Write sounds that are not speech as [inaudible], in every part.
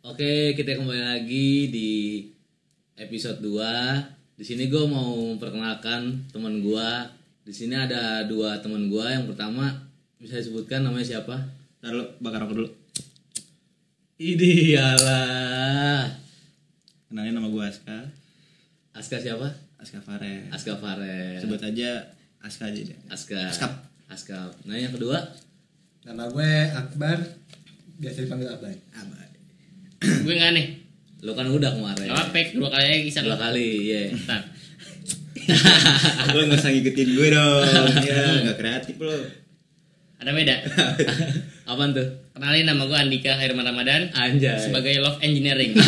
Oke, kita kembali lagi di episode 2. Di sini gue mau memperkenalkan teman gue. Di sini ada dua teman gue. Yang pertama bisa disebutkan namanya siapa? Ntar lu bakar rokok dulu. Idealah. Kenalin nama gue Aska. Aska siapa? Aska Fares. Aska Fares. Sebut aja Aska aja deh. Aska. Askap. Askap. Nah, yang kedua Nama gue Akbar, biasa dipanggil Akbar. Abad. gue nggak aneh lu kan udah kemarin. apa pek dua kali lagi kisah Dua kali, ya. Ntar. [laughs] lu nggak usah ngikutin gue [laughs] dong. Iya, nggak kreatif lu. ada beda Apaan tuh? kenalin nama gue Andika Herman Ramadan Anjay. sebagai love engineering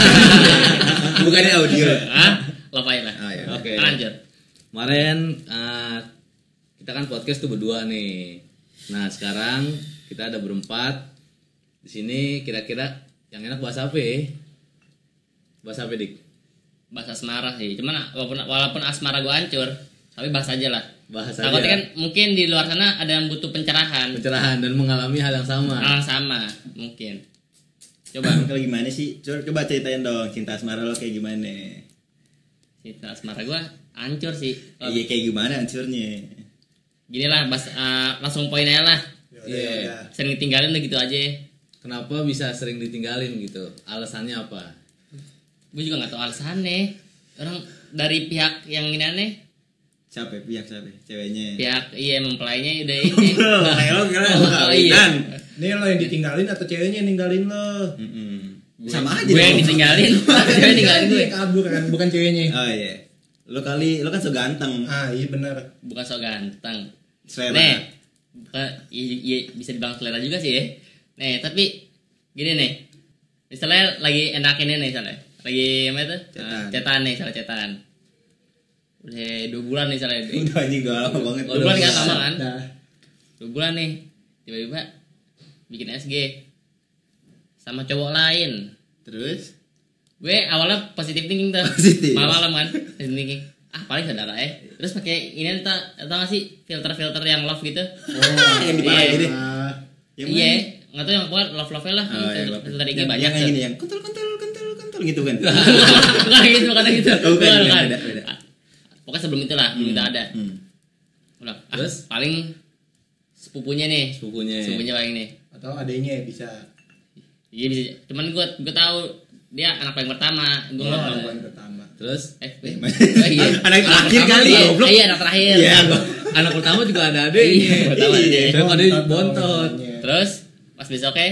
Bukannya audio. ah love aja lah Ah ya. Oke. lanjut Kemarin eh, kita kan podcast tuh berdua nih. Nah sekarang kita ada berempat. Di sini kira-kira yang enak bahas apa? ya? Bahas apa dik? bahasa asmara sih cuman ah, walaupun walaupun asmara gue hancur tapi bahas aja lah Bahas aja. takutnya kan mungkin di luar sana ada yang butuh pencerahan pencerahan dan mengalami hal yang sama. hal sama mungkin Coba kalau gimana sih? Coba, coba ceritain dong cinta asmara lo kayak gimana? cinta asmara gue hancur sih Iya kayak gimana hancurnya? gini lah bahas, eh, langsung poin aja lah Yaudah, Iya. yaudah. sering tinggalin udah gitu aja Kenapa bisa sering ditinggalin gitu? Alasannya apa? gue juga nggak tahu alasannya orang dari pihak yang ini aneh Siapa ya? pihak siapa? ya? Ceweknya. pihak iya mempelainya [laughs] udah ini Lah, lo [laughs] kira lo Oh, kawinan. Ini lo yang ditinggalin atau ceweknya yang ninggalin lo? Mm-mm. Sama aja gue yang dong. ditinggalin gue yang ditinggalin gue Dia kabur kan, bukan ceweknya. Oh iya. Lo kali lo kan so ganteng. Ah iya benar. bukan so ganteng Iya, nih Selera. bukan iya- iya, bisa dibilang selera juga sih ya nih tapi gini nih misalnya lagi enak ini nih misalnya lagi apa itu Cetan. Ah, cetan nih misalnya cetan udah dua bulan nih misalnya dua [laughs] Udah anjing gak lama banget. Dua bulan kan lama kan Nah, dua bulan nih tiba-tiba bikin SG sama cowok lain Terus? gue awalnya positif thinking tuh Ya. Positif. malam malam kan positive thinking ah paling saudara ya terus pakai ini tau tau gak sih filter filter yang love gitu [laughs] yang dipake Iya. gini. Ah, Yang mana? iya nggak tau yang keluar love love lah Oh, yang filter lap- filter IG yang- banyak yang ya. tuh gini [laughs] yang kentul kentul kentul kentul gitu kan bukan gitu bukan gitu Oh, bukan, bukan bukan, bukan beda, beda. Ah, pokoknya sebelum itulah sebelum itu ada Hmm. udah ah, Terus? paling sepupunya nih Sepupunya. [laughs] sepupunya paling nih atau adanya bisa. iya bisa cuman gue gue tahu dia anak paling pertama Oh, gue Lo nggak tahu. lakukan pertama. Terus eh gue- mana? oh, iya. [laughs] Anak terakhir pertama, kali, ya, iya. goblok. iya anak terakhir Iya, gua- anak pertama juga ada adeknya. Iya, pertama ada adek. Tapi ada Bontot bontot. namanya. Terus pas besoknya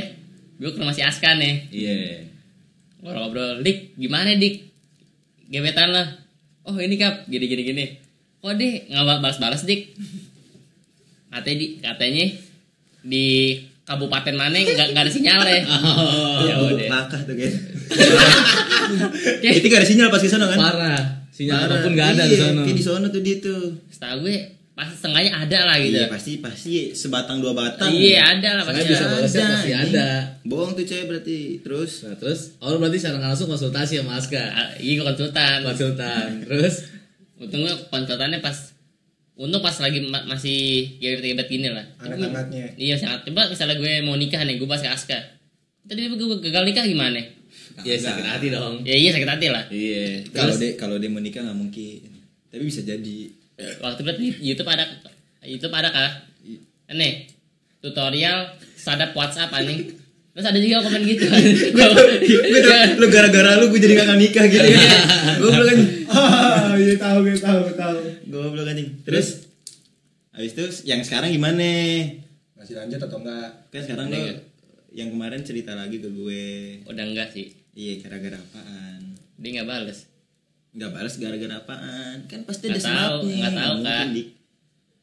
gue ke rumah si Aska nih. Iya. Gue ngobrol, Dik gimana Dik? Gebetan lah. Oh ini kap, gini gini gini. Kok deh nggak ba- balas-balas Dik? Katanya di katanya di kabupaten mana nggak nggak ada sinyal deh. Oh, ya Bubuk udah. nakah tuh guys itu gak ada sinyal pas ke sono kan parah. Sinyal Parah. apapun gak ada di Iya, sana. kayak di sono tuh dia tuh Setahu gue pasti setengahnya ada lah gitu. iya pasti pasti sebatang dua batang Iya ada lah Saya pasti. bisa ada. balasnya Ada, pasti anjing. ada. bohong tuh cewek berarti terus Nah terus, oh berarti secara langsung konsultasi sama Aska Ah, Iya gue konsultan. Konsultan, terus Untung gue konsultannya Oh, pas Untung pas lagi ma- masih gebet-gebet gini lah Hangat-hangatnya. Iya sangat Coba misalnya gue mau nikah nih Gue bahas ke Aska Tadi gue gagal nikah gimana? Ya sakit hati dong Ya iya sakit hati lah Iya kalau Terus, dia kalau dia menikah nggak mungkin tapi bisa jadi Waktu itu di Youtube ada Youtube ada kah? Nih Tutorial Sadap Whatsapp anjing Terus ada juga komen gitu [laughs] Gue tuh, lu gara-gara lu gue jadi gak nikah gitu ya gue belum kan Ah, [laughs] iya tahu, gue tahu, gue tahu. gue belum kan terus habis itu yang sekarang gimana Masih lanjut atau enggak? kan sekarang Ada lo nggak? yang kemarin cerita lagi ke gue Udah enggak sih iya gara-gara apaan Dia gak bales nggak balas gara-gara apaan kan pasti ada Nggak tahu, sebabnya nggak tahu, mungkin, Kak. Ah. Dik.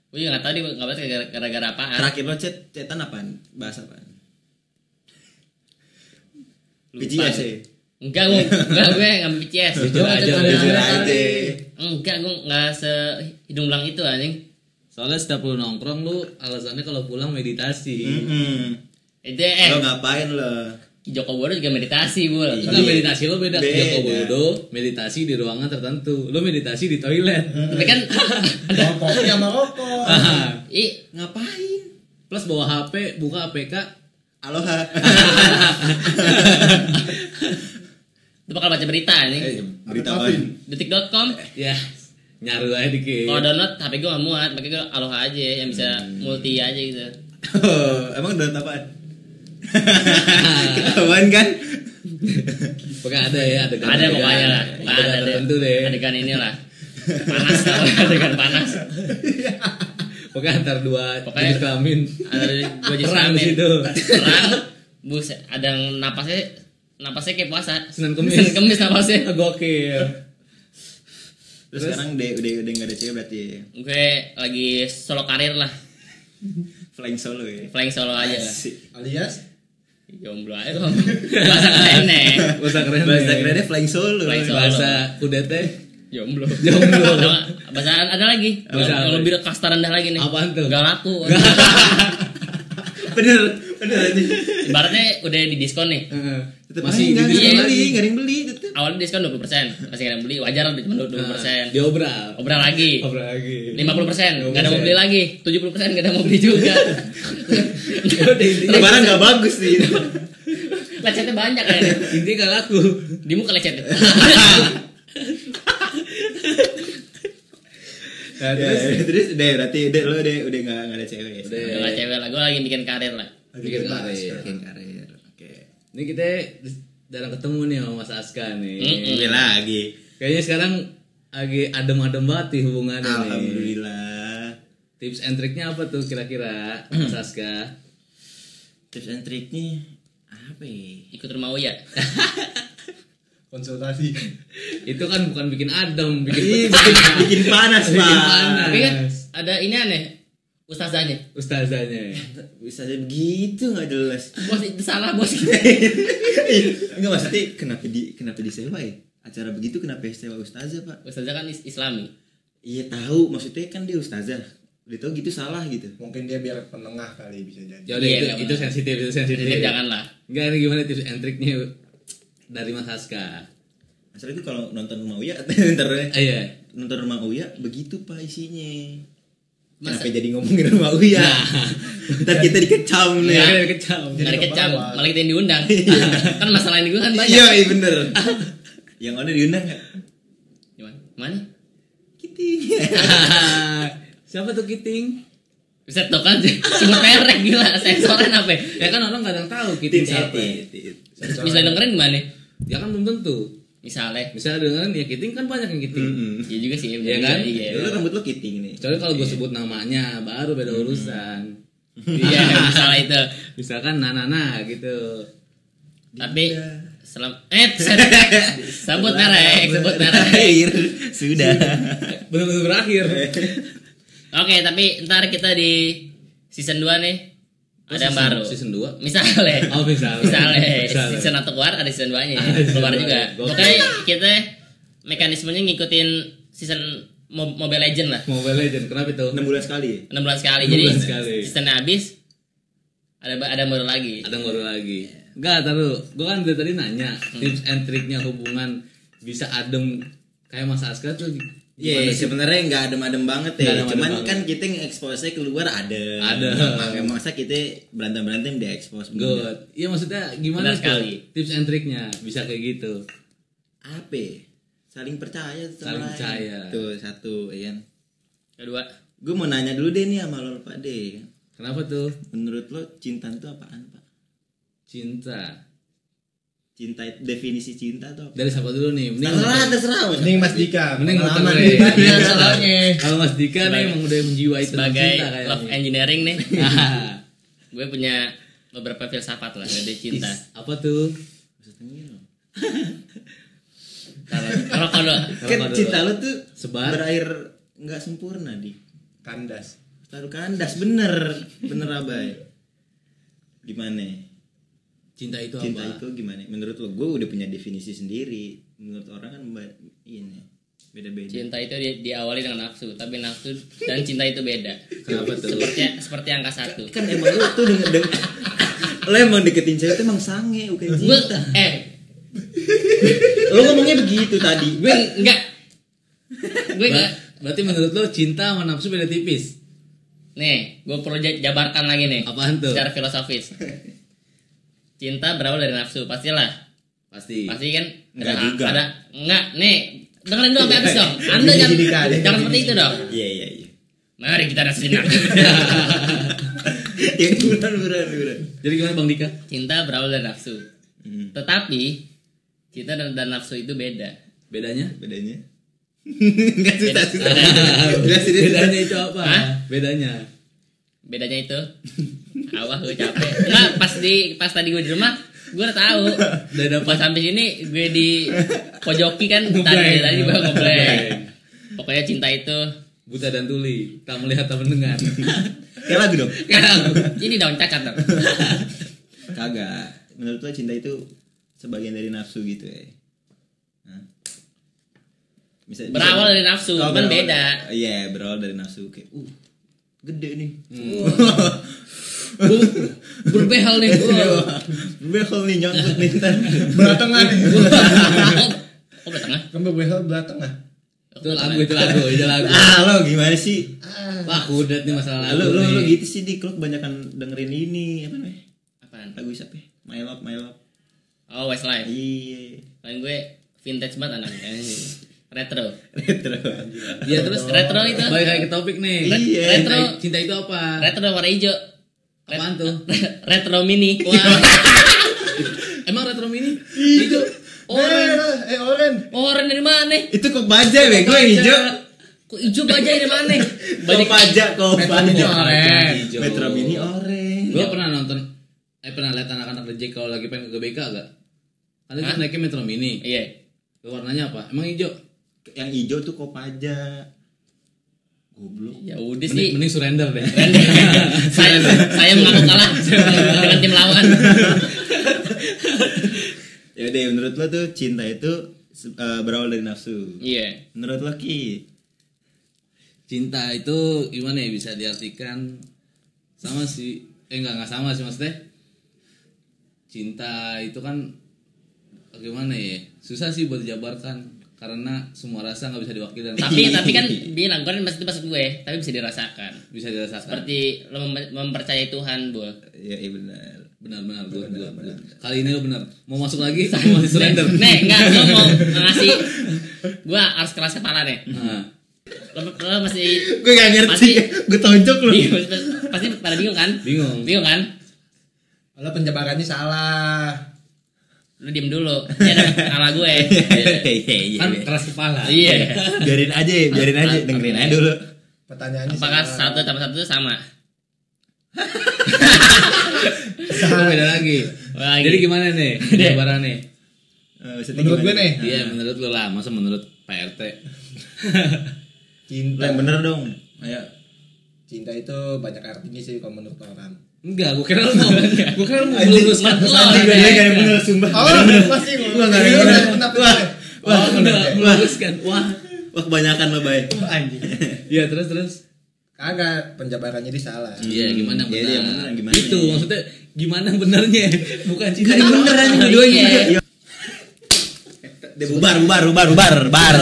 Gue juga gak tau dia gak bales gara- gara-gara apaan terakhir lo chat chatan apaan bahas apaan Lupa. PJS ya Enggak gue Enggak gue gak PCS Jujur aja, jujur aja. Enggak, gue nggak se hidung belang itu anjing. soalnya setiap lu nongkrong lu alasannya kalau pulang meditasi Mm-mm. Itu eh lo ngapain lo Ki Joko Widodo juga meditasi, Bul. Itu Iya. kan meditasi lu beda, Beda. Joko Widodo meditasi di ruangan tertentu Lu meditasi di toilet Tapi kan [laughs] Rokok ya sama rokok. Haha. i ngapain Plus bawa HP, buka APK aloha Lu bakal baca berita nih. Iya. Eh, berita Apa apaan? apaan? Detik.com. ya nyaru aja dikit Kalau download HP gue gak muat, pakai gue Aloha aja yang bisa Hmm. multi aja gitu. [laughs] Emang donat apaan? Ketahuan kan? pokoknya ada ya ada Ada pokoknya lah. ada, Ada deh. tertentu deh Adegan ini [laughs] lah. Panas tau, adegan panas. pokoknya antar dua Pokoknya- jenis kelamin [laughs] Ada dua jenis Perang kelamin. situ. Perang. Buset, ada yang napasnya napasnya kayak puasa. [laughs] Senin Kemis. Senin Kemis napasnya. gokil Terus sekarang udah udah udah nggak ada cewek berarti ya. Gue lagi solo karir lah. flying solo ya. Flying solo aja lah. Asik. Alias Jomblo aja lo. Bahasa kerennya. bahasa keren Bahasa nih. kerennya ya? flying solo. Flying solo. bahasa kudet teh Jomblo. [laughs] Jomblo. Ada- Bahasa ada lagi. Bahasa apa? yang lebih kasta rendah lagi nih. Apaan tuh? Gak laku. Bener, bener aja. Ibaratnya udah di diskon nih. Heeh. Tetep masih di aja, nggak ada diskon yang diskon beli, lagi nggak ada yang beli tetep. Awalnya diskon 20%, masih ada yang beli. Wajar cuma Nah, 20%. diobral Obral lagi. obral [laughs] lagi 50%, gak ada mau beli lagi. 70% gak ada mau beli juga. intinya Barang nggak bagus [laughs] Iya, nih. Lecetnya banyak kan. intinya gak laku Di muka Iya, lecetnya. nah, Terus, terus terus deh berarti deh lo deh iya, udah Oh, iya. nggak nggak ada cewek. Ya? Udah. Udah lah cewek lah, gue lagi bikin karir lah. bikin Iya, karir Bikin karir. Oke. ini kita jarang ketemu nih sama Mas Aska nih Mm-mm. Gue lagi. kayaknya sekarang lagi adem-adem banget nih hubungannya nih Alhamdulillah. tips and triknya apa tuh kira-kira Mas Aska Tips and triknya apa ya? Ikut rumah Uya. konsultasi. itu kan bukan bikin adem bikin Ih, bikin, bikin panas Bikin pak. panas. Tapi kan ada ini aneh. Ustazahnya. ustazahnya Bisa aja begitu nggak jelas. Bos itu salah bos. [laughs] Enggak maksudnya kenapa di kenapa disewa ya? Acara begitu kenapa ya sewa ustazah pak? Ustazah kan is- islami. Iya tahu maksudnya kan dia ustazah. Dia tahu gitu salah gitu. Mungkin dia biar penengah kali bisa jadi. ya udah Iya, itu, nggak itu apa-apa. sensitif itu sensitif Jadi janganlah. Enggak, ini gimana tips and triknya dari Mas Aska Masalah itu kalau nonton rumah Uya [laughs] ntar ya. ah, iya nonton rumah Uya begitu pak isinya. Masa- Kenapa jadi ngomongin rumah Uya? ntar kita dikecam Nggak nih. ada [laughs] kecam Jadi Gak Iya, dikecam, kebawah. malah kita yang diundang. [laughs] kan masalah ini gue kan banyak. Iya iya bener. Yang ada diundang nggak? Gimana? Mana? Kitty. [laughs] siapa tuh Kiting Bisa tuh kan [laughs] sebut merek gila, sensoran apa? ya? ya kan orang kadang tahu Kiting Kitty siapa siapa? ya. Bisa dengerin gimana? ya kan belum tentu Misalnya, misalnya dengerin ya Kiting kan banyak yang Kiting ya juga sih, Iya bener kan? juga, Iya, Dulu Ya, rambut lo Kitty nih. Kecuali kalau gue sebut namanya baru beda urusan. [laughs] iya, misalnya itu. Misalkan Nanana gitu. Tapi selam, eh, set- sebut merek, sebut merek. Terakhir sudah. Benar-benar berakhir. Oke, tapi ntar kita di season 2 nih ada Season- yang baru. Season 2. Misalnya, Oh, misalnya. misalnya Misalnya. season satu keluar ada season 2 nya Ah, season keluar dua. juga Gokil. pokoknya kita mekanismenya ngikutin season Mo- Mobile Legend lah Mobile Legend kenapa itu? 6 bulan sekali. ya? 6 bulan sekali 6 jadi bulan sekali. seasonnya habis ada ba- ada yang baru lagi Ada yang baru lagi. Enggak, taruh. Gue kan dari tadi nanya Mm. tips and triknya hubungan bisa adem kayak Mas Aska tuh gimana Iya, sih? sebenarnya nggak adem-adem banget Nggak ya. adem-adem Cuman banget. kan kita nge-expose-nya keluar ada. Ada. Makanya masa kita berantem-berantem di expose. Good. Iya maksudnya gimana Benar tuh sekali. tips and triknya bisa kayak gitu. Apa? ya? Saling percaya sama Saling lain. percaya. Tuh satu, Ian. kedua Gue mau nanya dulu deh nih sama lo Pak deh. Kenapa tuh? Menurut lo cinta itu apaan Pak? Cinta. Cinta definisi cinta tuh apa? Dari siapa dulu nih? Mending Terserah, terserah. Mending Mas Dika, Mending pengalaman muter deh. nih. Iya, soalnya Kalau Mas Dika nih Sebagai- emang udah menjiwai tentang sebagai cinta love [laughs] kayaknya. engineering nih [laughs] Ah, gue punya beberapa filsafat lah dari cinta apa tuh? Maksudnya lo. kalau kalau kalau Kan Kalau cinta dulu. lo tuh Sebar. berakhir nggak sempurna di. Kandas. Taruh kandas bener, bener abai. Gimana? cinta itu cinta apa? itu gimana menurut lo gue udah punya definisi sendiri menurut orang kan ba- ini beda-beda cinta itu di- diawali dengan nafsu tapi nafsu dan cinta itu beda Kenapa tuh? seperti seperti angka satu kan emang lo tuh denger denger [laughs] lo emang deketin cewek itu emang sange bukan gue cinta eh lo ngomongnya begitu tadi gue enggak gue enggak Ber- berarti menurut lo cinta sama nafsu beda tipis? nih gue perlu ja- jabarkan lagi nih Apaan tuh? secara filosofis cinta berawal dari nafsu pastilah Pasti. Pasti kan Enggak ada, Iya. juga. Ada enggak nih. Dengerin dulu sampai habis dong. Anda Gini, jangan gini, Kak. jangan seperti itu dong. Iya iya iya. [laughs] Mari kita rasain. Yang bulan bulan bulan. Jadi gimana Bang Dika? Cinta berawal dari nafsu. Hmm, Tetapi cinta dan, dan nafsu itu beda. Bedanya? Bedanya? [laughs] Enggak susah susah. Jelasin deh, susah. Bedanya itu apa? Hah? Bedanya. Bedanya itu [laughs] awah gue capek. Enggak pas di pas tadi gue di rumah gue udah tahu. Udah dapat. Pas sampai sini gue di pojoki kan tadi Ngeblank. tadi gue ngeblank. Ngeblank. Pokoknya cinta itu [laughs] Buta dan tuli, tak melihat tak mendengar. Kayak lagu dong. ini daun cacat dong. Kagak. Menurut lo cinta itu sebagian dari nafsu gitu ya? Hah? Bisa, bisa- Berawal dari nafsu, Oh, berawal- cuman beda. Iya, berawal dari nafsu kayak uh gede nih. Hmm. Bu- Berbehel nih gue. [laughs] Iya. Behel nih nyangkut nih [laughs] ntar. Belah tengah nih. Kok bertengah? Kamu behel belah tengah. itu lagu, itu lagu, itu lagu. Ah, lo gimana sih? Wah, kudet nih masalah Ah, lagu. lo, lo, lo nih. gitu sih Dik, lo kebanyakan dengerin ini apa namanya? Apaan? Lagu siapa ya? My Love, My Love. Oh Westlife. Iya. [laughs] Lain gue vintage banget anaknya. Retro. Retro. Ya terus Terus retro itu balik lagi ke topik nih. Iya. Cinta, Retro cinta itu apa? Retro warna hijau. Apaan tuh? [laughs] Retro mini. [laughs] Wah. Emang retro mini? Itu orang Merah, eh oren. Orang Oh, dari mana? Itu kok baja bego yang hijau. Kok Iya. hijau baja dari mana? Kok baja kok Mini baja. oren. hijau. Metro Mini orange. Gue pernah nonton eh pernah lihat anak-anak reject kalau lagi pengen ke GBK agak. Ada Hah? kan naiknya Metro Mini. Iya. Warnanya apa? Emang hijau? Yang hijau tuh Kopaja. Goblok. Ya udah Mending, sih. mending surrender [laughs] deh. saya saya mengaku kalah dengan tim lawan. Ya udah menurut lo tuh cinta itu se- eh, berawal dari nafsu. Iya. Menurut lo Ki? Cinta itu gimana ya bisa diartikan sama sih eh enggak enggak sama sih maksudnya. Cinta itu kan gimana ya? Susah sih buat dijabarkan karena semua rasa nggak bisa diwakilkan. Tapi tapi kan bilang gue maksud maksud gue, tapi bisa dirasakan. bisa dirasakan. Seperti lo mem- mempercayai Tuhan, Bu. Ya iya benar. Benar-benar gue Kali ini lo benar. Mau masuk lagi? Mau surrender. Nih, enggak lo mau ngasih gue harus keras kepala nih. Nah. Lo, lo masih Gue gak ngerti. [laughs] Gue tonjok lu. bingung, pasti pada bingung kan? Bingung. Bingung kan? Kalau penjabarannya salah. Lu diem dulu. Ini ada kepala gue. Iya iya. kan iya. keras kepala. [laughs] Iya. Biarin aja, ya, biarin aja, dengerin aja dulu. Pertanyaannya Apakah salah. satu tambah satu sama? Itu beda lagi. Lagi. Jadi gimana [laughs] nih? Jabaran nih. Eh, maksudnya Menurut gue gimana? nih, Iya menurut lu lah, masa menurut PRT. Lo cinta. Nah, yang bener dong. Ayo. Cinta itu banyak artinya sih kalau menurut orang. [laughs] Enggak, gua kira lu [laughs] mau. Gua kira lu mau meluruskan Lo, pesan. Gue deh. gak ada bener sumpah. Oh, pasti Wah, ngomong. nggak ada Ini yang udah bener. kenapa? Wah, Wah, udah Wah. meluruskan. Wah. Wah kebanyakan lo baik. Anjing. [laughs] Iya, terus terus. Kagak penjabarannya di salah. Iya, gimana ya? Iya, benar? iya, benar, gimana? Itu maksudnya gimana benarnya? [laughs] Bukan cinta. Gak ada bener aja Iya. Iya. Bubar, bubar, bubar, bubar, bubar.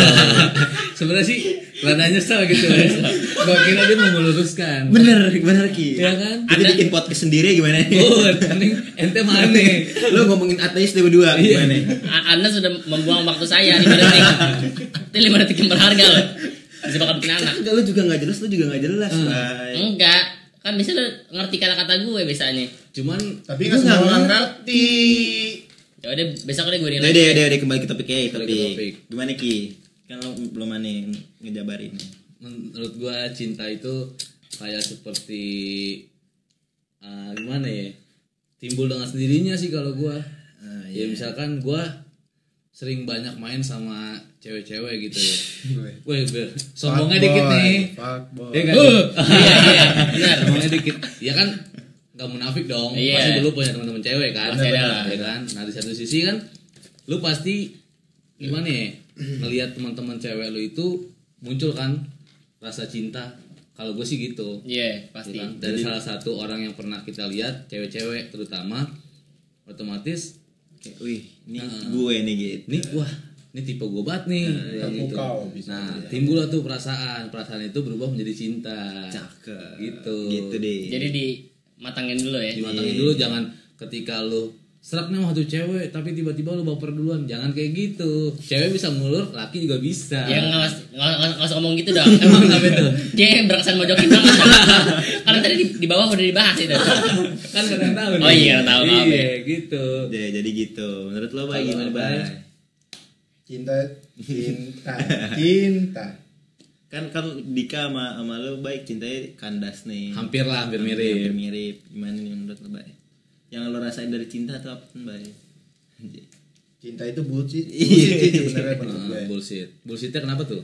[laughs] Sebenarnya sih rada nyesel gitu. Gua kira dia mau meluruskan. bener, bener Ki. Iya kan? Oh. Jadi bikin podcast sendiri gimana? Bud, mending ente mana? Lo ngomongin ateis dia berdua Iya. gimana? A- Anda sudah membuang waktu saya 5 detik. Itu 5 detik yang berharga loh. Bisa bakal Iya. bikin anak. Kan Enggak, lo juga gak jelas, lo juga gak jelas. Hmm. Oh, Bay. Enggak. Kan bisa lo ngerti kata-kata gue biasanya. Cuman Tapi Gua nggak semua nggak orang ngerti. ngerti. Ya udah besok deh gue Udah, nilai. udah, udah, udah, kembali ke topik ya, iya. Kembali topik. ke topik. Gimana Ki? Kan lo belum aneh ngejabarin. menurut gua cinta itu kayak seperti ah, gimana ya? Timbul dengan sendirinya sih kalau gua. Ah, Ya misalkan gua sering banyak main sama cewek-cewek gitu ya. Weh, ber- sombongnya dikit nih. Fuckboy. Ya kan? [laughs] Iya, iya. Benar. Sombongnya dikit. Ya kan nggak munafik dong. Iya. Pasti dulu punya teman-teman cewek kan. Pasti ada lah. Ya kan? Nah, di satu sisi kan lu pasti gimana ya? Melihat teman-teman cewek lu itu muncul kan rasa cinta. Kalau gue sih gitu. Ya Iya, pasti. kan? Dari salah satu orang yang pernah kita lihat, cewek-cewek terutama otomatis Kayak, wih, ini Hmm. gue nih gitu. ini Iya. wah ini tipe gue banget nih kayak gitu. terpukau oh, bisa nah jadi. timbul tuh perasaan perasaan itu berubah menjadi cinta Cakep. Gitu. Gitu deh. Jadi dimatangin dulu ya. dimatangin dulu jangan ketika lu Serak nih sama tuh cewek, tapi tiba-tiba lu baper duluan. Jangan kayak gitu. Cewek bisa ngulur, laki juga bisa. Ya nggak usah- nggak usah- nggak usah ngomong gitu dong. [laughs] Emang Kenapa itu? dia berkesan mojokin banget. [laughs] Karena tadi di, di bawah udah dibahas itu. Kan gak ada yang tahu. Oh nih. iya, tahu, maaf Iya, ya. gitu. jadi, jadi gitu menurut lo Kalau bay gimana Bay? bay Cinta, cinta, cinta. kan kan Dika sama sama lo baik cintanya kandas nih Hampir lah, hampir Hampir mirip. mirip gimana nih menurut lo bay yang lo rasain dari cinta atau apa bay Anjay. Cinta itu bullshit, bullshit sih sebenarnya menurut gue. Ah, Iya. bullshit. Bullshitnya kenapa tuh?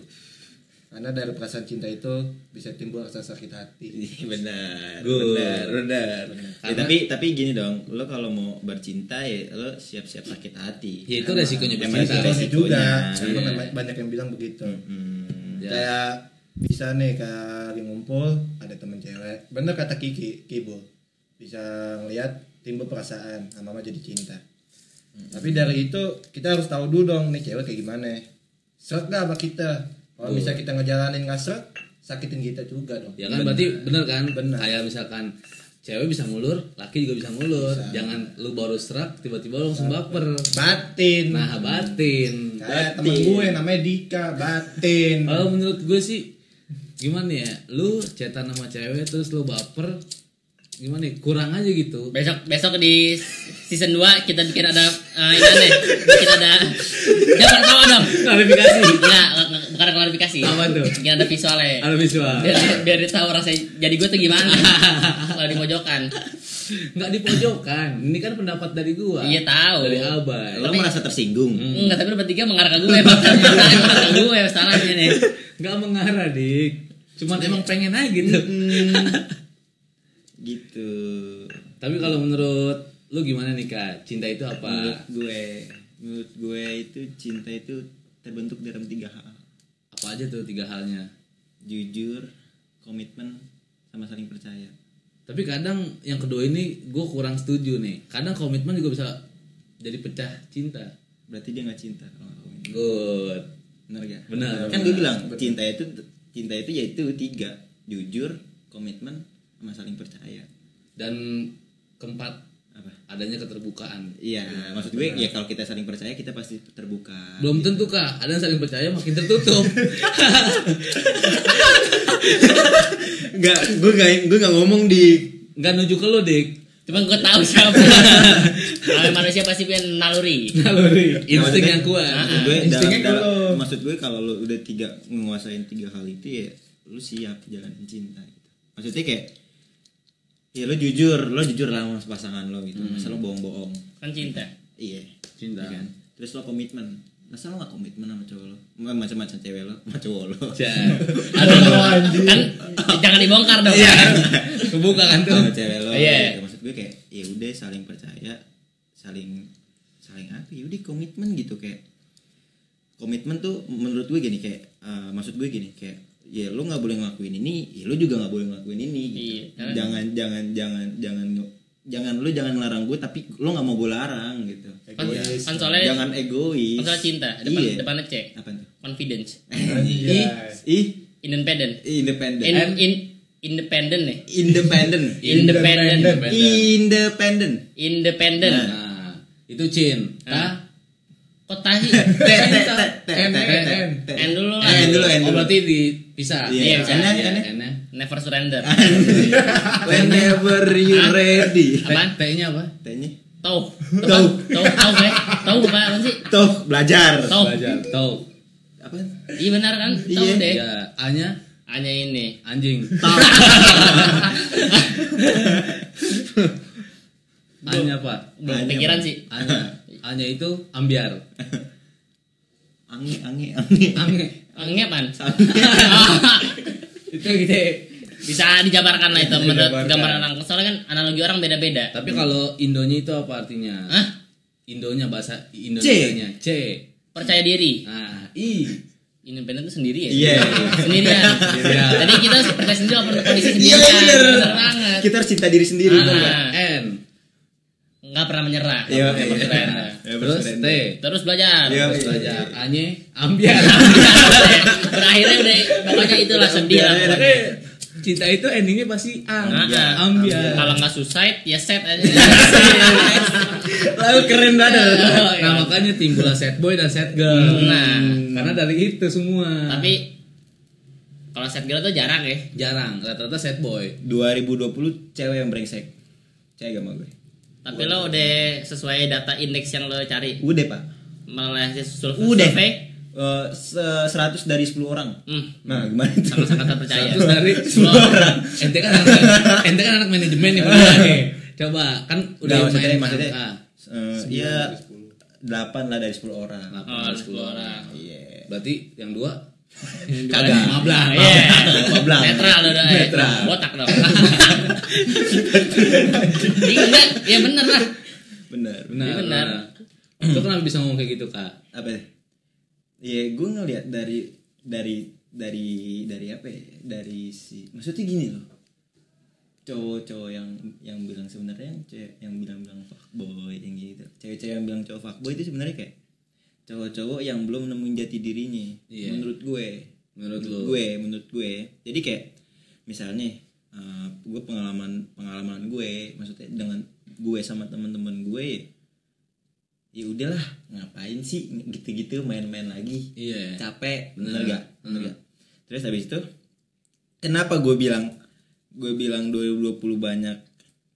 Karena dari perasaan cinta itu bisa timbul rasa sakit hati. Iya, [laughs] benar Good. benar benar Ya, Karena- tapi tapi gini dong lo kalau mau bercinta ya lo siap-siap sakit hati Ya itu resikonya Emang bercinta. itu Resikonya juga, Iya, resikonya. Emang Iya. banyak yang bilang begitu. Hmm. Ya. Kayak bisa nih kali ngumpul ada temen cewek. Bener kata Kiki, Kibo. Bisa ngelihat timbul perasaan sama mama jadi cinta. Tapi dari itu kita harus tahu dulu dong nih cewek kayak gimana. Seret gak apa kita? Tuh. Kalau bisa kita ngejalanin nggak seret, sakitin kita juga dong. Ya kan berarti bener kan? Bener. Kayak misalkan cewek bisa ngulur, laki juga bisa ngulur. Jangan lu baru serak tiba-tiba lu langsung baper. Batin. Nah, batin. Oh, Kayak temen gue namanya Dika, batin. Kalau menurut gue sih gimana ya? Lu cetan sama cewek terus lu baper gimana ya? Kurang aja gitu. Besok besok di season 2 kita bikin ada eh, ini aneh. Bikin ada jangan ketawa dong. Klarifikasi. Enggak, Ya, bukan klarifikasi. Apa tuh? Bikin ada visualnya. Ada visual. Biar, dia- biar dia tahu rasanya jadi gue tuh gimana. Kalau di mojokan. Nggak di pojokan. Ini kan pendapat dari gua. Iya, tahu. Dari Abah. lo merasa tersinggung Enggak, tapi lu bertiga mengarah ke gue, Pak. Mengarah ke gue salahnya nih. Nggak mengarah, Dik. Cuman Iya. emang pengen aja gitu. gitu Tapi kalau menurut lu gimana nih, Kak? Cinta itu apa? Iya. menurut gue menurut gue itu cinta itu terbentuk dalam tiga hal Apa aja tuh tiga halnya? jujur komitmen sama saling percaya Tapi kadang yang kedua ini gue kurang setuju nih. Kadang komitmen juga bisa jadi pecah cinta. berarti dia nggak cinta kalau nggak komitmen Good. benar gak Benar. kan gue bilang cinta itu cinta itu yaitu tiga jujur komitmen sama saling percaya Dan keempat apa adanya keterbukaan. iya maksud gue ya kalau kita saling percaya kita pasti terbuka Belum tentu kak, ada yang saling percaya makin tertutup. nggak gue gak gue gak ngomong di Nggak nuju ke lu dik. Cuma gue tahu siapa. Kalau manusia pasti punya naluri. Naluri. Insting maksudnya- Ah, yang kuat. maksud gue dalam, instingnya dalam- belum. maksud gue Nah, kalau lu udah tiga menguasain tiga hal itu ya lu siap jalanin cinta gitu. maksudnya kayak ya lu jujur lu jujur lah sama pasangan lo gitu masa lu bohong-bohong Kan cinta. iya Cinta. Iya kan terus lo komitmen masa lo gak komitmen sama cowok lo macam-macam cewek lo sama cowok lo [laughs] Ja. Aduh, kan jangan dibongkar dong. Iya. Kebuka kan tuh. sama cewek lo Iya. gitu. maksud gue kayak ya udah saling percaya saling saling apa ya udah komitmen gitu kayak komitmen tuh menurut gue gini kayak eh, maksud gue gini kayak ya lo nggak boleh ngelakuin ini ya lo juga nggak boleh ngelakuin ini gitu. Iya, karena- jangan jangan jangan jangan jangan lo jangan ngelarang gue tapi lo nggak mau gue larang gitu Kan, Egois. kan soalnya jangan egois kan soalnya cinta. Depan iya. depannya C. apa tuh Confidence. ih Iya. ih Independent. independen In, in, independent nih. independen Independent. Iya. independen Independent. Nah, itu Ah. cinta. Kok [laughs] tahi? T, T, T, T, N, T, N, T. N. N dulu lah. N dulu, N Oh dulu. berarti dipisah. Iya, Iya, N-nya, iya, N-nya. [laughs] N-nya. Never surrender. Whenever you Hah? ready. Apaan? T- T-nya apa? Tanya. [laughs] Tahu. Tahu. Tahu. Tahu kan? Tahu apa sih? Tuh, belajar. Tahu. Tahu. Apa? Iya benar kan? Tahu Iya. deh. Ya, A-nya Hanya ini. anjing. Tahu. [laughs] A-nya apa? Belum Hanya pikiran apa? sih. A-nya. A-nya itu ambiar. Ange, ange, ange. Ange. Ngepan. Itu gitu. Bisa dijabarkan lah itu menurut Dijabarkan. gambaran orang. Soalnya kan analogi orang beda-beda. Tapi kalau Indonya itu apa artinya? Hah? Indonya bahasa Indonesia-nya C. Percaya diri. Nah, I. Independen itu sendiri ya. Iya. Sendirian. Iya. Jadi kita harus percaya sendiri apa Iya kondisi sendirian. bener. Bener banget. Kita harus cinta diri sendiri. Ah. tau nggak? N. Nggak pernah menyerah. Iya, Nggak pernah iya. menyerah. Ya, Terus T. bersurrender. Terus belajar. Iya. Terus belajar. A-nya ambiar. Berakhirnya udah pokoknya itulah sedih lah. Iya, pokoknya. Eh, Cinta itu endingnya pasti A. Nah, Ambiar. [laughs] Kalau nggak suicide ya set aja. Lalu keren banget. nah makanya timbullah set boy dan set girl Nah. karena dari itu semua Hmm. Tapi kalau set girl tuh jarang ya. jarang rata-rata set boy 2020 cewek yang brengsek. Cewek gak mau gue. Tapi lo udah sesuai data indeks yang lo cari Udah pak. melalui hasil sul- Udah. survei. Eh, se- 100 dari 10 orang. Hmm, Nah gimana itu? sangat-sangat terpercaya. Seratus dari [laughs] Semua orang. iya. ente kan anak ente kan anak manajemen nih berdua nih. coba kan Ah. udah Udah maksudnya main maksudnya. angka. eh, ya 8 lah dari 10 orang. Delapan Oh, dari 10 orang. Iya. berarti yang [laughs] dua Kagak. Mablah, Iya. mablah. Netral lo udah. eh. Netral. Botak dong. [laughs] Iya, ya bener lah. Benar. benar Iya, benar. benar itu kenapa bisa ngomong kayak gitu kak apa ya? ya gue ngelihat dari dari dari dari apa ya dari si maksudnya gini loh cowok-cowok yang yang bilang sebenarnya yang cewek yang bilang-bilang fuckboy yang gitu cewek-cewek yang bilang cowok fuckboy itu sebenarnya kayak cowok-cowok yang belum nemuin jati dirinya Iya. menurut gue Menurut lo. gue menurut gue jadi kayak misalnya eh, gue pengalaman pengalaman gue maksudnya dengan gue sama teman-teman gue ya udahlah ngapain sih gitu-gitu main-main lagi iya capek Bener. bener gak bener Hmm. gak terus habis itu kenapa gue bilang gue bilang 2020 banyak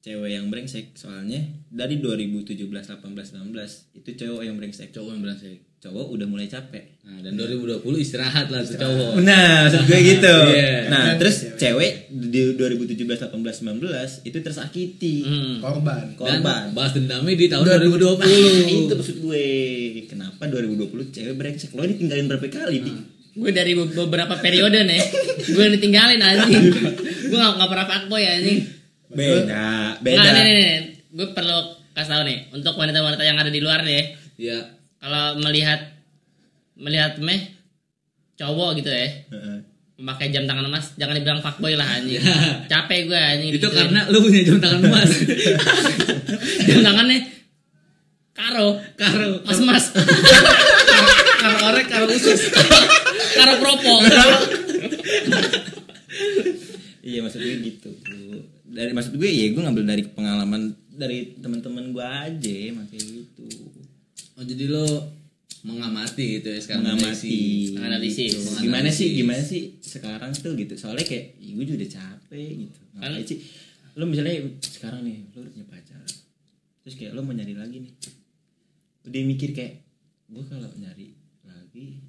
cewek yang brengsek soalnya dari 2017 18 19 itu cowok yang brengsek cowok yang brengsek cowok udah mulai capek nah dan 2020 istirahat lah tuh cowok Nah, maksud gue gitu. Iya. Nah, Kan terus cewek di 2017, 18, 19 itu tersakiti. Hmm. korban dan Korban. balas dendamnya di tahun Nah, itu 2020 maksud gue. Kenapa 2020 cewek brengsek? Lo ditinggalin berapa kali, Dik? Gue dari be- beberapa periode nih, gue ditinggalin anjing. Gue gak, gak pernah fuckboy anjing. Beda, beda. Nah, nih, nih, nih. Gue perlu kasih tau nih, untuk wanita-wanita yang ada di luar nih ya. ya Kalau melihat, melihat meh, cowok gitu ya, Heeh. memakai jam tangan emas, jangan dibilang fuckboy lah [laughs] anjing. Capek gue anjing. Ya, itu gitu digituin. karena lu punya jam tangan emas [laughs] [laughs] jam tangannya karo, karo mas mas, [laughs] karo orek karo usus karo propo. Iya, maksud gue gitu. Bro. Dari maksud gue ya gue ngambil dari pengalaman dari teman-teman gue aja makanya gitu. oh jadi lo mengamati gitu ya sekarang Mengamati, Analisis. Gitu. Gimana sih, gimana sih sekarang tuh gitu. Soalnya kayak "Ih, gue juga udah capek gitu. Ngapain sih? Lo misalnya sekarang nih, lo udah punya pacar. Terus kayak lo mau nyari lagi nih. Udah mikir kayak gue kalau nyari lagi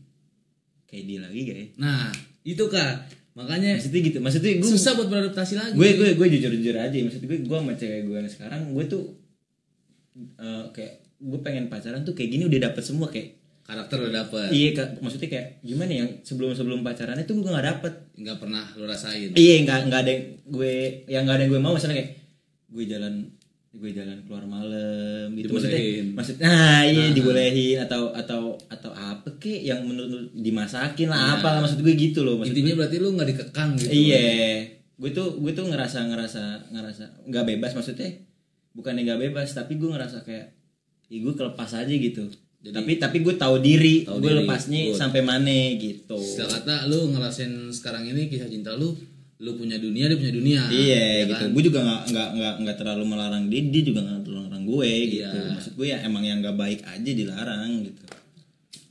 kayak dia lagi gak ya? nah itu kak makanya Maksudnya gitu. Maksudnya gue susah buat beradaptasi lagi gue gue gue jujur jujur aja ya. maksud gue gue sama cewek gue yang sekarang gue tuh eh, kayak gue pengen pacaran tuh kayak gini udah dapet semua kayak karakter lo dapet iya Kak, maksudnya kayak gimana yang sebelum sebelum pacarannya tuh gue nggak dapet nggak pernah lo rasain iya nggak nggak ada yang gue yang nggak ada yang gue mau misalnya kayak gue jalan gue jalan keluar malam gitu Dibolehin. maksudnya maksud nah iya dibolehin atau atau atau apa kek yang menurut lu dimasakin lah apa maksud gue gitu loh maksud Iya. intinya berarti lo nggak dikekang gitu Iya, gue tuh gue tuh ngerasa ngerasa ngerasa nggak bebas maksudnya bukannya nggak bebas tapi gue ngerasa kayak ya gue kelepas aja gitu. Jadi- tapi tapi gue tahu diri, Tahu gue diri, lepasnya good. sampai mana gitu. Setelah kata lu ngerasain sekarang ini kisah cinta lu, lu punya dunia dia punya dunia. ya iya kan? gitu. Gue juga nggak nggak nggak nggak terlalu melarang dia, dia juga nggak terlalu melarang gue gitu. Iya. Maksud gue ya emang yang nggak baik aja dilarang gitu.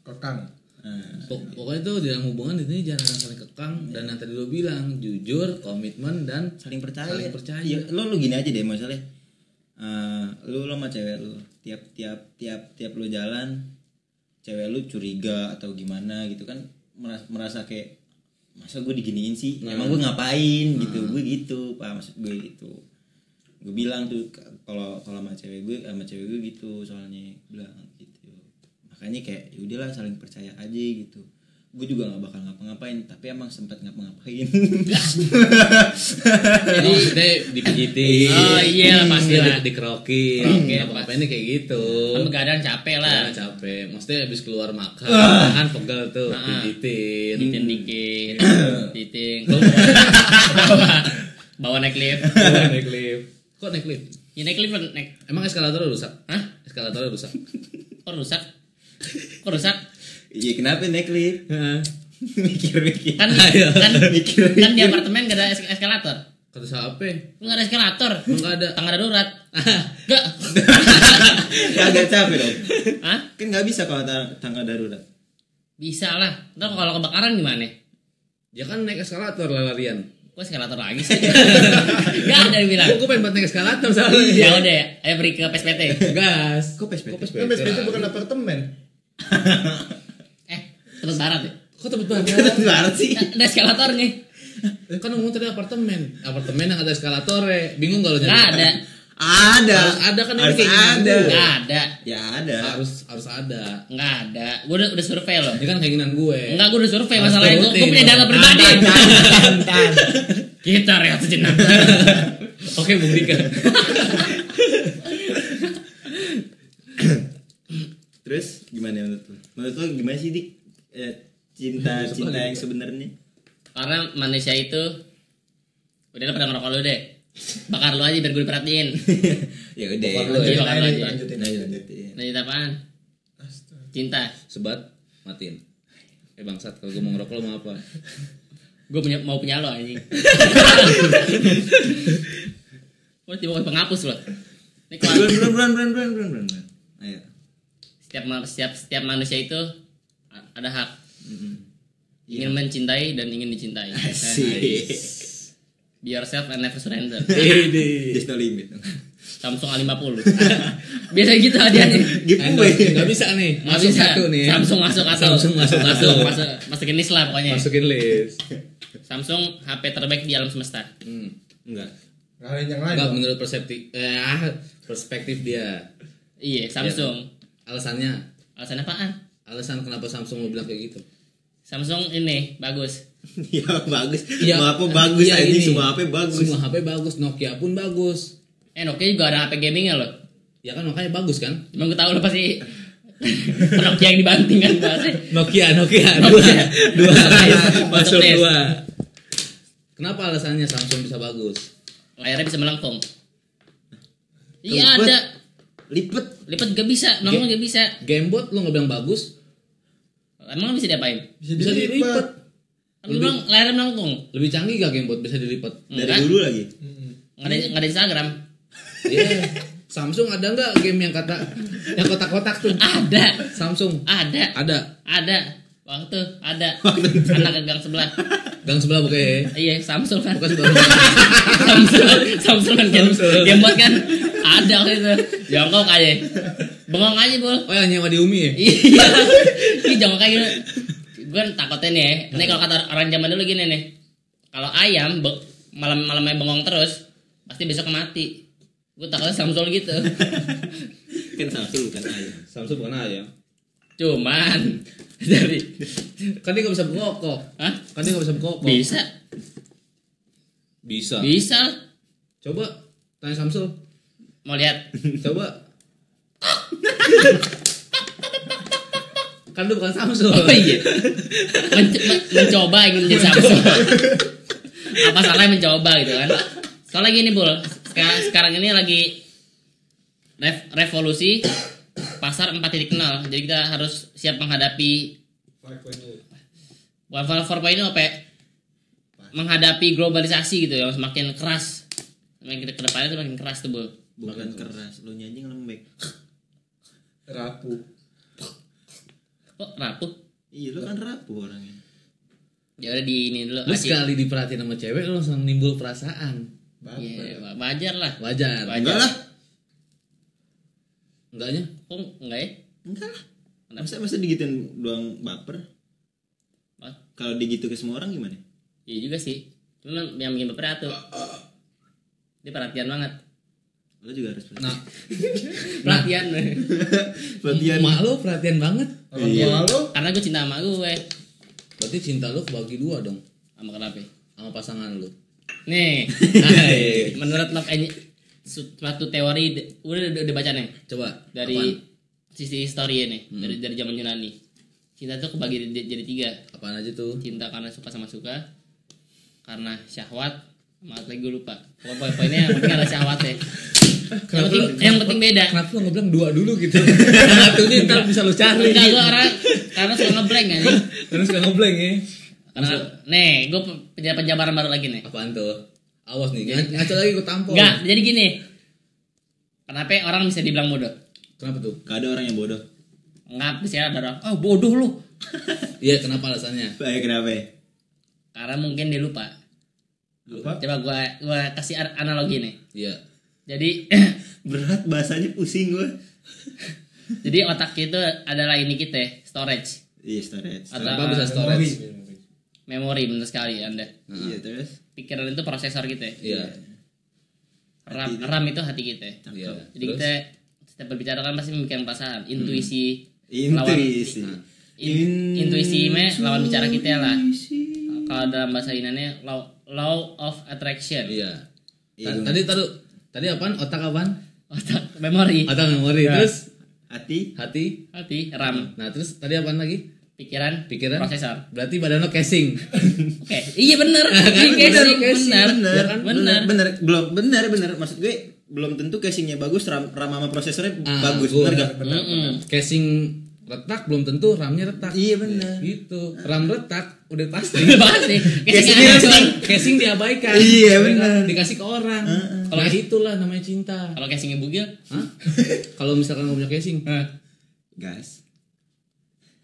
kekang Nah, Pok- pokoknya tuh dalam hubungan itu jangan ada saling kekang dan yang tadi lu bilang jujur, komitmen dan saling percaya. Saling percaya. Ya, lo lo gini aja deh masalahnya. Eh, lu lo sama cewek lu tiap tiap tiap tiap lu jalan cewek lu curiga atau gimana gitu kan merasa, merasa kayak masa gue diginiin sih Nah. emang gue ngapain gitu gue gitu pak maksud gue gitu gue bilang tuh k- kalau kalau sama cewek gue sama cewek gue gitu soalnya bilang gitu makanya kayak ya udahlah saling percaya aja gitu gue juga nggak bakal ngapa-ngapain tapi emang sempat ngapa-ngapain [laughs] jadi maksudnya dipijitin. Oh, iya lah, Maksudnya pasti lah. di- dikerokin. Oke, apa ini kayak gitu. Kamu kadang capek Karena lah. capek. Maksudnya habis keluar makan, kan pegel tuh, Ah. pijitin. Titin dikit, Hmm. [coughs] titing. Bawa naik lift. Kok naik lift? Kok naik lift? Ya naik lift naik. Emang eskalator rusak? Hah? Eskalator rusak. Kok rusak? Kok rusak? Iya kenapa naik lift? [laughs] Mikir-mikir. [laughs] [laughs] Iya. Kan Ayo. kan Mikir-mikir. kan [laughs] di apartemen gak ada es- eskalator. Kata siapa? Lu gak ada eskalator. [laughs] Emang nggak ada. Tangga darurat. Enggak. Kagak capek dong. Hah? Kan nggak bisa kalau ta- tangga darurat. [laughs] Bisa lah. Ntar kalau kebakaran gimana? Dia kan naik eskalator larian. Kok eskalator lagi [laughs] sih? Gak ada yang bilang. Aku pengen buat naik eskalator soalnya. Ya udah ya, ayo pergi ke PSPT. Gas. Kok PSBB? Kok Kan basement itu bukan apartemen. Eh, tempat barat ya? Kok tempat banget? Darurat sih. Nah, Ada eskalatornya. Kan ngomong tadi apartemen. Apartemen yang ada eskalatornya. Bingung kalau Gak ada. Ada. Harus ada kan ini Harus kayak gini Nah. ada. dulu. Gak ada. Ya ada. Harus harus ada. Gak ada. Gue udah, udah survei loh. Ini kan keinginan gue. Enggak, gue udah survei masalahnya. Gue rutin. punya data pribadi. Tantan. [laughs] Kita rehat sejenak. [laughs] Oke, buktikan. Terus gimana menurut lo? Menurut lo gimana sih dik? Eh, cinta [laughs] cinta yang sebenarnya? Karena manusia itu udah lu pada ngerokok lu deh. Bakar lu aja biar gue [laughs] diperhatiin. ya udah. Pokoknya Lanjutin, Iya, bakar lu Lanjut, lanjutin, aja. iya. lanjutin. lanjutin. Lanjut apaan? Cinta. Sebat, matiin. Eh bangsat, kalau gue mau ngerokok lo mau apa? Gue punya mau punya lo [laughs] anjing. Gue tiba penghapus lo. Ini kalau- Bulan bulan bulan bulan bulan bulan bulan, bulan. Ayo. setiap ma- setiap setiap manusia itu a- ada hak Mm-hmm. Mm-mm. ingin Iya. mencintai dan ingin dicintai. Asik. Be yourself and never surrender. Ini. Just no limit. Samsung A50. [laughs] Biasa gitu hadiahnya. Giveaway. Gak bisa nih. Nggak Masuk bisa. satu nih. Samsung masuk satu. Samsung masuk satu. Masuk masukin list lah pokoknya. Masukin list. Samsung HP terbaik di alam semesta. Hmm. Enggak. Nggak ada Nah, yang lain. Enggak dong. menurut persepti eh, ah, perspektif dia. Iya, Samsung. Alasannya, Alasan apaan? alasan kenapa Samsung lo bilang kayak gitu? Samsung ini bagus. [laughs] Ya bagus. Iya. Semua apa bagus Iya, anjing, ini. semua apa bagus. Semua HP bagus, Nokia pun bagus. Eh, Nokia juga ada HP gamingnya loh. Ya kan makanya bagus kan? Emang gue tahu lo [laughs] pasti Nokia yang dibanting kan bahasnya. Nokia, [laughs] Nokia, Nokia. dua, dua, Masuk masuk list. dua. Kenapa alasannya Samsung bisa bagus? Layarnya bisa melengkung. Iya Kelipet. ada. Lipet. Lipat gak bisa, nongol gak bisa. Gamebot lo nggak bilang bagus, Emang bisa diapain? bisa dilipat. Kan lu bilang layarnya melengkung. Lebih canggih gak Gamebot bisa dilipat? Dari Enggak. dulu lagi. Mm-mm. Nggak ada, nggak ada Instagram. Iya. Samsung ada nggak game yang kata yang kotak-kotak tuh? Ada. Samsung Ada. ada. Ada. Waktu ada. Anak ke gang sebelah. Gang sebelah bukan ya? Iya, Samsung kan. [laughs] Bukan sebelah. Samsung, Samsung kan game, Samsung. game buat kan. Ada waktu itu. Jongkok aja. Bengong aja, Bol. Oh yang nyewa di Umi ya? Iya. Ini jongkok kayak gini. Gue takutnya nih, ya. ini kalau kata orang zaman dulu gini nih. Kalau ayam be- malam malamnya bengong terus, pasti besok mati. Gue takutnya Samsul gitu. Kan Samsung bukan ayam. Samsung bukan ayam. Cuman [laughs] dari Kan dia nggak bisa berkokok. Hah? Kan dia nggak bisa berkokok. Bisa, Bisa. bisa. Coba tanya Samsung. Mau lihat? Coba. kan lu bukan Samsung. Oh iya. Men- men- mencoba ingin menjadi Samsul. Apa salahnya mencoba gitu kan? Soalnya gini, Bul. Seka- sekarang ini lagi rev- revolusi pasar 4.0. Jadi kita harus siap menghadapi bukan 4.0 apa ya? menghadapi globalisasi gitu yang semakin keras. Semakin ke depannya semakin keras tuh, Bul. Bukan keras, lo nyanyi lembek. Rapuh. Kok rapuh? Iya, lo kan rapuh orangnya. Ya udah di ini dulu. Lu Aci. sekali diperhatiin sama cewek lu langsung nimbul perasaan. Baper. Iya, wa- wajar lah. Wajar. Wajar. Enggak lah. Enggaknya? Kok enggak ya? Enggak lah. Kenapa? Masa masa digituin doang baper? Hah? Kalau digitu ke semua orang gimana? Iya juga sih. Cuman yang bikin berat tuh. Dia perhatian banget. Lo juga harus perhatian. Nah, Perhatian. Iya, perhatian. mak lu perhatian banget. Orang tua lo Karena gue cinta sama gue. Berarti cinta lu kebagi dua dong Sama kenapa? sama pasangan lu. Nih. Hai. menurut love and suatu teori d- udah udah, udah baca nih Coba dari sisi histori nih Hmm. dari dari zaman Yunani cinta tuh kebagi di- jadi tiga apaan, apaan aja tuh? cinta karena suka sama suka karena syahwat sama apa lagi gue lupa Pokoknya poin poinnya yang penting ada syahwat ya yang penting lu- yang penting beda Kenapa lu ngebilang dua dulu [laughs] gitu? Yang satunya ntar bisa lu cari. Enggak gue orang karena suka ngeblank ya nih. Terus suka ngeblank ya. Karena nih gue punya penjabaran baru lagi nih. Apaan tuh? Iya. Awas nih, ngaco ngaco lagi gue tampol. Enggak, jadi gini. Kenapa orang bisa dibilang bodoh? Kenapa tuh? Gak ada orang yang bodoh. Enggak pasti ada orang. Oh bodoh lu. Iya, kenapa alasannya? Baik kenapa ya? Karena mungkin dia lupa. Apa? Coba gua gua kasih ar- analogi nih. Iya. Jadi [coughs] Berat bahasanya pusing gue. jadi otak itu adalah ini kita ya, storage, Iya storage. Atau- Kenapa bisa storage? memori benar sekali Anda. Iya terus. Pikiran itu prosesor kita. Iya. ya. RAM, RAM itu hati kita. ya. Iya. Jadi kita setiap berbicara kan pasti memikirkan perasaan, intuisi. Intuisi. Lawan- in- intuisi me lawan bicara kita lah. Intuisi. Kalau dalam bahasa Yunani law, law of attraction. Iya. Tadi tadi taruh tadi apaan? Otak apaan? Otak memori, Otak memori. Terus Hati. hati. hati, RAM, Nah, terus tadi apaan lagi? pikiran, Pikiran. prosesor. Berarti badan lo casing. [laughs] Oke, iya bener. Iya bener, casing, bener. Iya, Bener, Ya kan? Bener. bener, bener, belum, bener, bener. Maksud gue belum tentu casingnya bagus, RAM, RAM sama prosesornya Ah, bagus, gue- bener gak? Mm-mm. casing retak belum tentu RAM-nya retak. Iya bener. Gitu. RAM retak udah pasti. [laughs] Bener banget sih. Casing Casingnya ada cuman. casing diabaikan. Iya, Ya kan? benar. Dikasih ke orang. Kalau itulah namanya cinta. Kalau casingnya bugil, Hah? Kalau misalkan nggak punya casing, Gas.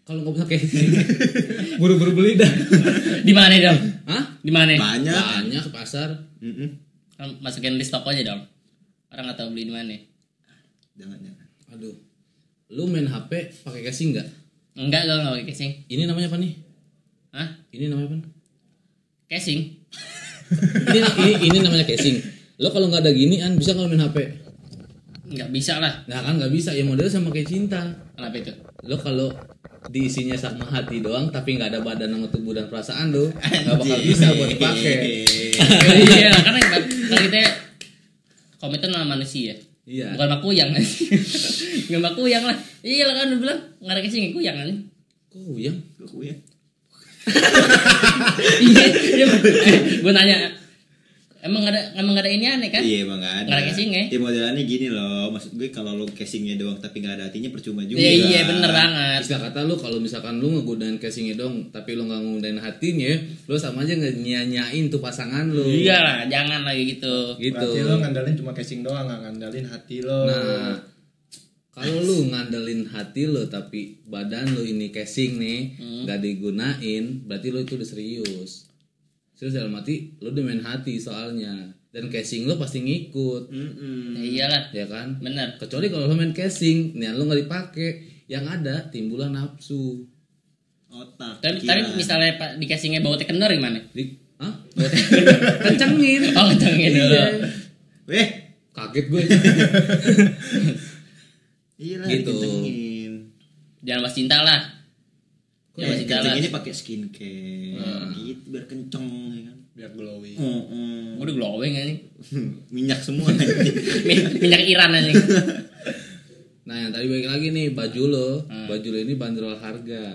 kalau nggak punya casing, [laughs] buru-buru beli dah. di mana dong? Hah? Di mana? Banyak. Banyak ke pasar. Mm-mm. Masukin list toko aja dong. Orang nggak tahu beli di mana. Jangan, jangan. Aduh. Lu main HP pakai casing nggak? Enggak, gue nggak pakai casing. Ini namanya apa nih? Hah? Ini namanya apa? Casing? Ini, ini, ini namanya casing. Lo kalau nggak ada ginian bisa kalau main HP? Enggak bisa lah. Nah kan nggak bisa. Ya model sama kayak cinta. Kenapa itu? Lo kalau diisinya sama hati doang tapi nggak ada badan sama tubuh dan perasaan lo nggak bakal bisa buat [laughs] dipakai. Iya, karena kalau kita komitmen sama manusia. Iya. Bukan sama kuyang. [laughs] Enggak sama kuyang lah. Iya lah kan lu bilang nggak ada casing ya kuyang kan. Kok yang Gue ya. [laughs] Iya. Gue nanya. Emang nggak ada emang nggak ada ini aneh kan? Iya emang gak ada. Nggak ada casing, ya? Iya modelannya gini loh, maksud gue kalau lo casingnya doang tapi gak ada hatinya percuma juga. Iya iya bener banget. Istilah kata lu kalau misalkan lu ngegodain casingnya dong, tapi lu nggak ngegodain hatinya, lu sama aja nyanyain tuh pasangan lu. Iya lah, jangan lagi gitu. Gitu. Berarti lo ngandalin cuma casing doang, nggak ngandalin hati lo. Nah, kalau lu ngandelin hati lu tapi badan lu ini casing nih Hmm. nggak digunain, berarti lu itu udah serius. Serius dalam arti lu udah main hati soalnya dan casing lu pasti ngikut, Iya. Ya iyalah, ya kan? bener. Kecuali kalau lu main casing, nih lu nggak dipakai, yang ada timbullah nafsu. Otak. pikiran. Tapi, tapi misalnya pak di casingnya bau teh kendor gimana? Di, [laughs] Hah? Kencengin. Oh kencengin dulu. Iya. Weh. Kaget [laughs] gue. Iya lah. Gitu. dikencengin. Jangan bahas cinta lah. Ya, Jangan bahas cinta lah. kencenginnya pakai skincare. Gitu biar kenceng ya kan. Biar glowing. Oh, oh. Gue udah glowing anjing. [laughs] Minyak semua nanti. Min- Minyak Iran anjing. Nah yang tadi balik lagi nih baju lo, Hmm. baju lo ini bandrol harga.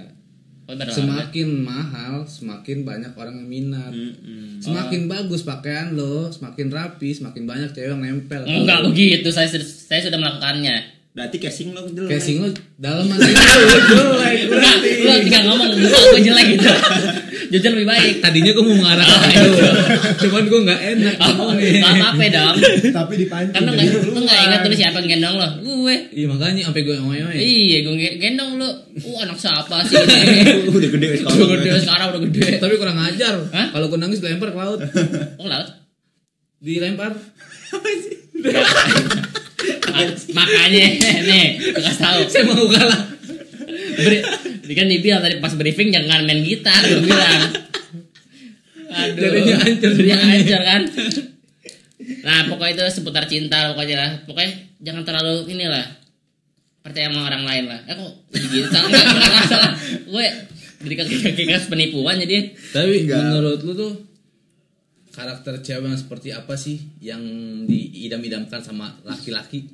Oh, bener. Semakin mahal, semakin banyak orang yang minat. Hmm. Semakin bagus pakaian lo, semakin rapi, semakin banyak cewek yang nempel. Enggak begitu, saya sudah- saya sudah melakukannya. Berarti casing lo dulu. Casing lo dalam [laughs] hati lo jelek Enggak, berarti. lu tinggal ngomong muka gue jelek gitu. Jujur lebih baik. Tadinya gue mau mengarah ke Oh, itu, cuman gue nggak enak Oh, ngomongin. nggak apa-apa dong. [laughs] Tapi dipancing. Karena nggak jadi lu nggak keluar. ingat dulu siapa yang gendong lo? Gue. Iya makanya sampai gue ngomongin. Iya, gue nge- gendong lu. Uh, anak siapa sih? [laughs] udah gede gitu. Udah sekarang. gede sekarang udah gede. Tapi kurang ajar. Hah? Kalau gue nangis dilempar ke [laughs] laut, Oh, laut. dilempar. Ah, Makanya nih, gue kasih tahu. Saya mau kalah. Beri, dia kan dibilang tadi pas briefing jangan main gitar, gue bilang. Aduh. Jadinya hancur Jadinya semuanya. hancur kan. Nah, pokoknya itu seputar cinta lah, pokoknya lah. Pokoknya jangan terlalu inilah percaya sama orang lain lah. Eh kok jadi gitu? Enggak, enggak, enggak salah. Gue jadi kaki-kaki kasus penipuan jadi Tapi Enggak. menurut lu tuh karakter cewek yang seperti apa sih yang diidam-idamkan sama laki-laki?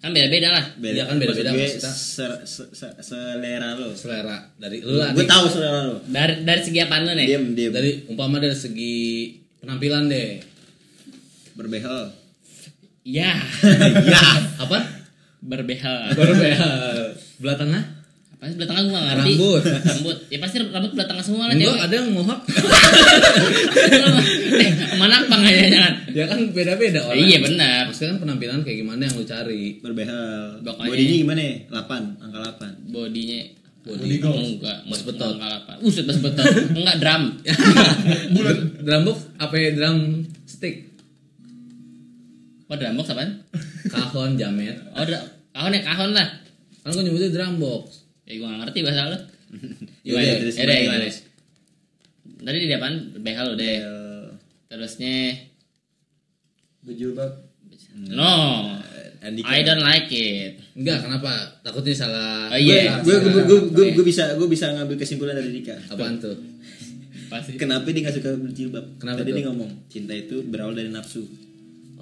kan beda-beda lah. Iya kan, beda-beda Maksud gue maksudnya. ser- se- se- selera lo. Selera dari lu lah. Dik. Gue tahu selera lo. Dari dari segi apaan lu nih? Diam, diam. Dari Iya, umpama dari segi penampilan deh. Berbehel. [laughs] Iya. Ya, [laughs] Apa? berbehel. Baru kayak belah tengah? Pasti belah tengah gue gak ngerti. Rambut. Rambut. Ya pasti rambut belah tengah semua lah Enggak, cewek. ada yang mohak. [laughs] Eh, Mana apa nggak ya jangan. ya kan beda-beda orang. Iya benar. Maksudnya kan penampilan kayak gimana yang lu cari. berbehel Pokoknya- bodinya gimana ya 8 angka Bodinya Body Oh, goals. enggak, Bas betot. Enggak apa. Uset bas betot. Enggak drum. Bulat. drum box apa ya drum stick? Apa drum box apaan? Kahon jamet. Oh, drum. Kahon ya kahon lah. Kan gua nyebutnya drum box. Ya gue nggak ngerti bahasa lo. 8 Gimana? Yaudah, Ya terus Eh, Yaudah, gimana? gimana? Tadi di depan behel udah. Behel. Terusnya Berjilbab. no. Andika. I don't like it. Enggak, kenapa? Takutnya salah. Oh iya. gue gue gue gue gue bisa gue bisa ngambil kesimpulan dari Dika Apaan tuh? Pasti. kenapa dia nggak suka berjilbab Kenapa tadi tuh? dia ngomong cinta itu berawal dari nafsu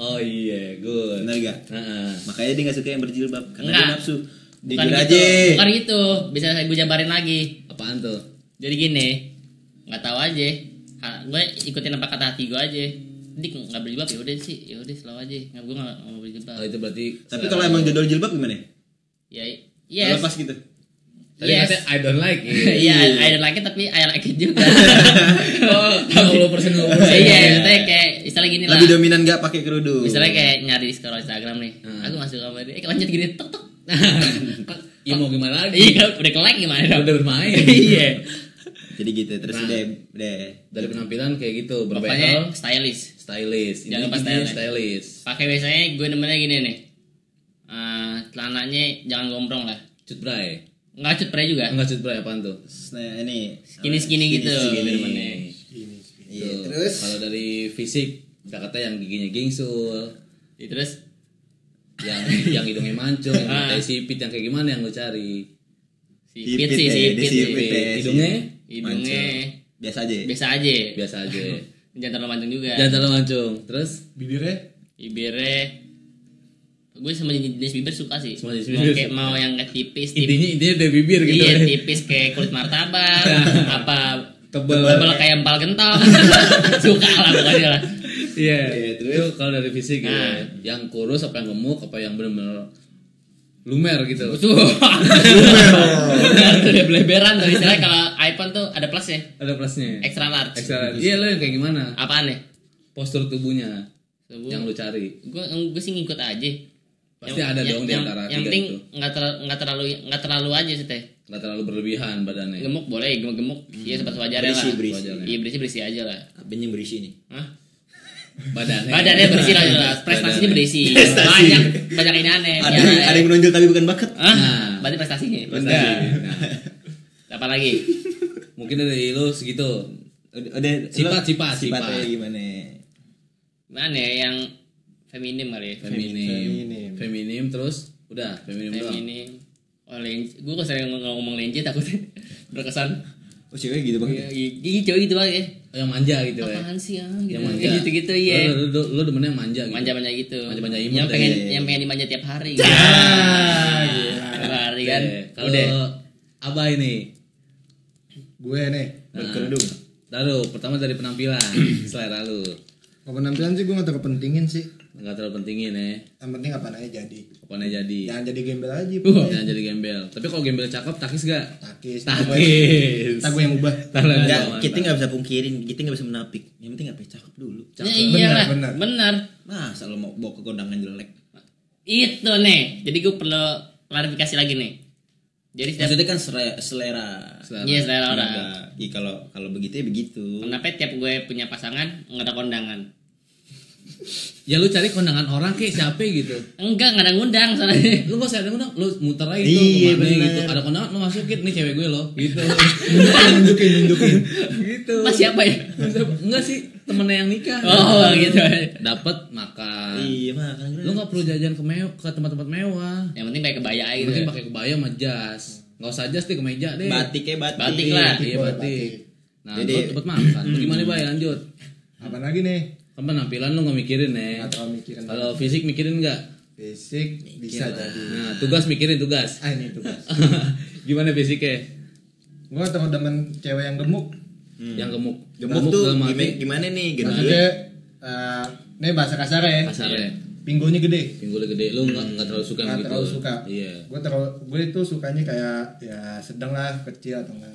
Oh iya, good. benar gak Heeh. makanya dia nggak suka yang berjilbab karena dia Enggak. nafsu Bukan jujur gitu. aja Bukan gitu. Bisa gue jabarin lagi. Apaan tuh? Jadi gini, nggak tahu aja. Ha, gue ikutin apa kata hati gue aja. Dik nggak berjilbab ya udah sih, ya udah selalu aja. Nggak gue nggak nggak mau berjilbab. Oh iya. itu berarti tapi kalau emang jodoh jilbab gimana ya? Ya, yes. lepas gitu Tadi Yes. katanya I don't like it. [laughs] Iya, I don't like it tapi I like it [laughs] juga. oh, 60 persen Iya, maksudnya kayak istilah gini lah. lebih dominan gak pakai kerudung Misalnya kayak nyari di scroll Instagram nih. Hmm. Aku masuk kamar dia, eh lanjut gini tok [laughs] [laughs] tok. Ya mau gimana lagi? Iya, udah kelek gimana dong? [laughs] Udah bermain. Iya. jadi gitu terus Nah. deh deh Dari penampilan kayak gitu, berbehel, Pokoknya stylish. stylish. Ini Jangan lupa gini, stylish. stylish. Pakai biasanya gue nemennya gini nih. Eh, celananya jangan gombrong lah. Cut bray. Eh, Nggak cut pre juga. Enggak cut bray apaan tuh? nah ini Skinny-skinny gitu. skinny. Temennya. Ini. Iya, Tuh. terus Kalau dari fisik, kita kata yang giginya gingsul, Ya, Terus yang yang hidungnya mancung, yang Ah. matanya sipit, yang kayak gimana yang lu cari? si Sipit Pit sih, ya, si dia Pit sipit sih. ya. Eh, Hidungnya Hidungnya biasa aja biasa aja. biasa aja. Iya. Jangan terlalu mancung juga. Jangan terlalu mancung. Terus Bibirnya Bibirnya gue sama jenis bibir suka sih. Semua jenis Mau bibir kayak suka. mau yang kayak tipis, tipis intinya intinya udah bibir gitu. iya ya. tipis kayak kulit [laughs] martabak apa Tebel. tebel kayak empal kentang [laughs] suka lah pokoknya lah [laughs] Iya. Iya, terus? Itu kalau dari fisik gitu. Nah. Yang kurus apa yang gemuk apa yang benar-benar lumer gitu. tuh udah beleberan [laughs] tuh istilahnya kalau iPhone tuh ada plus ya Ada plusnya. extra large Ekstra. Iya lo yang kayak gimana? apaan ya Postur tubuhnya yang lu gue cari. gue sih ngikut aja Pasti ada dong di antara yang tiga penting itu. nggak terlalu nggak terlalu nggak terlalu aja sih teh Gak terlalu berlebihan badannya. gemuk boleh gemuk gemuk Hmm. iya sempat wajarnya lah berisi berisi Wajar. iya berisi berisi aja lah apa yang berisi nih Hah? Badannya. badannya berisi lah jelas prestasinya berisi banyak banyak ini aneh ada yang- ada yang menonjol tapi bukan bakat Hah? Nah. Berarti prestasinya. Prestasi. Nah, Apa lagi? mungkin dari lu segitu. Udah- udah Sifat, lo- sifat, sifatnya sifat. gimana Mana ya yang feminim kali ya? Feminim. Feminim. Feminim terus udah feminim doang. Feminim. Oh, lenje. Gue kok sering ngomong, ngomong lenje takutnya [laughs] berkesan. oh cewek gitu Iya, banget iya, cowok gitu banget ya. Oh, Yang manja gitu ya. Apaan sih ah gitu. Yang Kayak manja. Gitu-gitu iya. Lu, lu, lu- lu demen yang manja gitu. Manja-manja gitu. Manja-manja imut ya, iya, Yang deh. pengen yang pengen dimanja tiap hari. Ya, Gitu. Ah, iya. Tiap hari kan. Oke, Kalau Udah. apa ini? Nah, gue nih. berkerudung Lalu pertama dari penampilan, [clears throat] selera lu. Kalau penampilan sih gue gak terlalu pentingin sih. Enggak terlalu pentingin ya. Yang penting apa nanya jadi. Pokoknya jadi. Uh, Jangan jadi gembel aja. Iya. Jangan jadi gembel. Tapi kalau gembel cakep takis gak? Takis. Takis. Tak gue yang ubah. Ntar lah, Enggak, gua- kita nggak bisa pungkirin, kita nggak bisa menapik. Yang penting apa? ya? Cakep dulu. Ya, cakep. iya lah. Benar, benar. Benar. Masa lo mau bawa ke kondangan jelek? Itu nih. Jadi gue perlu klarifikasi lagi nih. Jadi Iya. setiap Maksudnya kan selera. selera. Selera. Iya, selera orang. Enggak. Iya kalau kalau begitu ya begitu. Kenapa tiap gue punya pasangan nggak ada kondangan? Ya lu cari kondangan orang kayak siapa gitu. Eh, Enggak, nggak ada ngundang [laughs] soalnya. Lu gak usah ada ngundang, lu muter aja Iya, tuh kemana bener. gitu. Ada kondangan lu masukin nih cewek gue lo gitu. [laughs] Nunjukin, nunjukin. gitu. Mas siapa ya? Enggak sih, temennya yang nikah. Oh, gitu. Dapat makan. iya mah kan. Lu gak perlu jajan ke mewah, ke tempat-tempat mewah. Yang penting pakai kebaya aja gitu. Mungkin pakai kebaya sama jas. Enggak usah jas deh ke meja deh. Iya. batik ya batik. Batik lah. Iya Boleh, batik. batik. Nah, Jadi- lu tempat [clears throat] makan. Gimana bay lanjut? Apa lagi nih? Kan penampilan lu gak mikirin ya. Gak terlalu mikirin. Kalau fisik mikirin nggak? Fisik bisa jadi. Nah, tugas mikirin tugas. Ah ini tugas. [laughs] Gimana fisiknya? gue gak terlalu demen cewek yang gemuk. Hmm. Hmm. Yang gemuk. Gemuk tuh dalam gimana, arti gimana nih? Gendut. Maksudnya, eh, ini bahasa kasar ya. kasarnya. pinggulnya gede pinggul gede lu nggak nggak terlalu suka yang Hmm. nggak gitu terlalu suka iya gue terlalu gue itu sukanya kayak ya sedang lah kecil atau enggak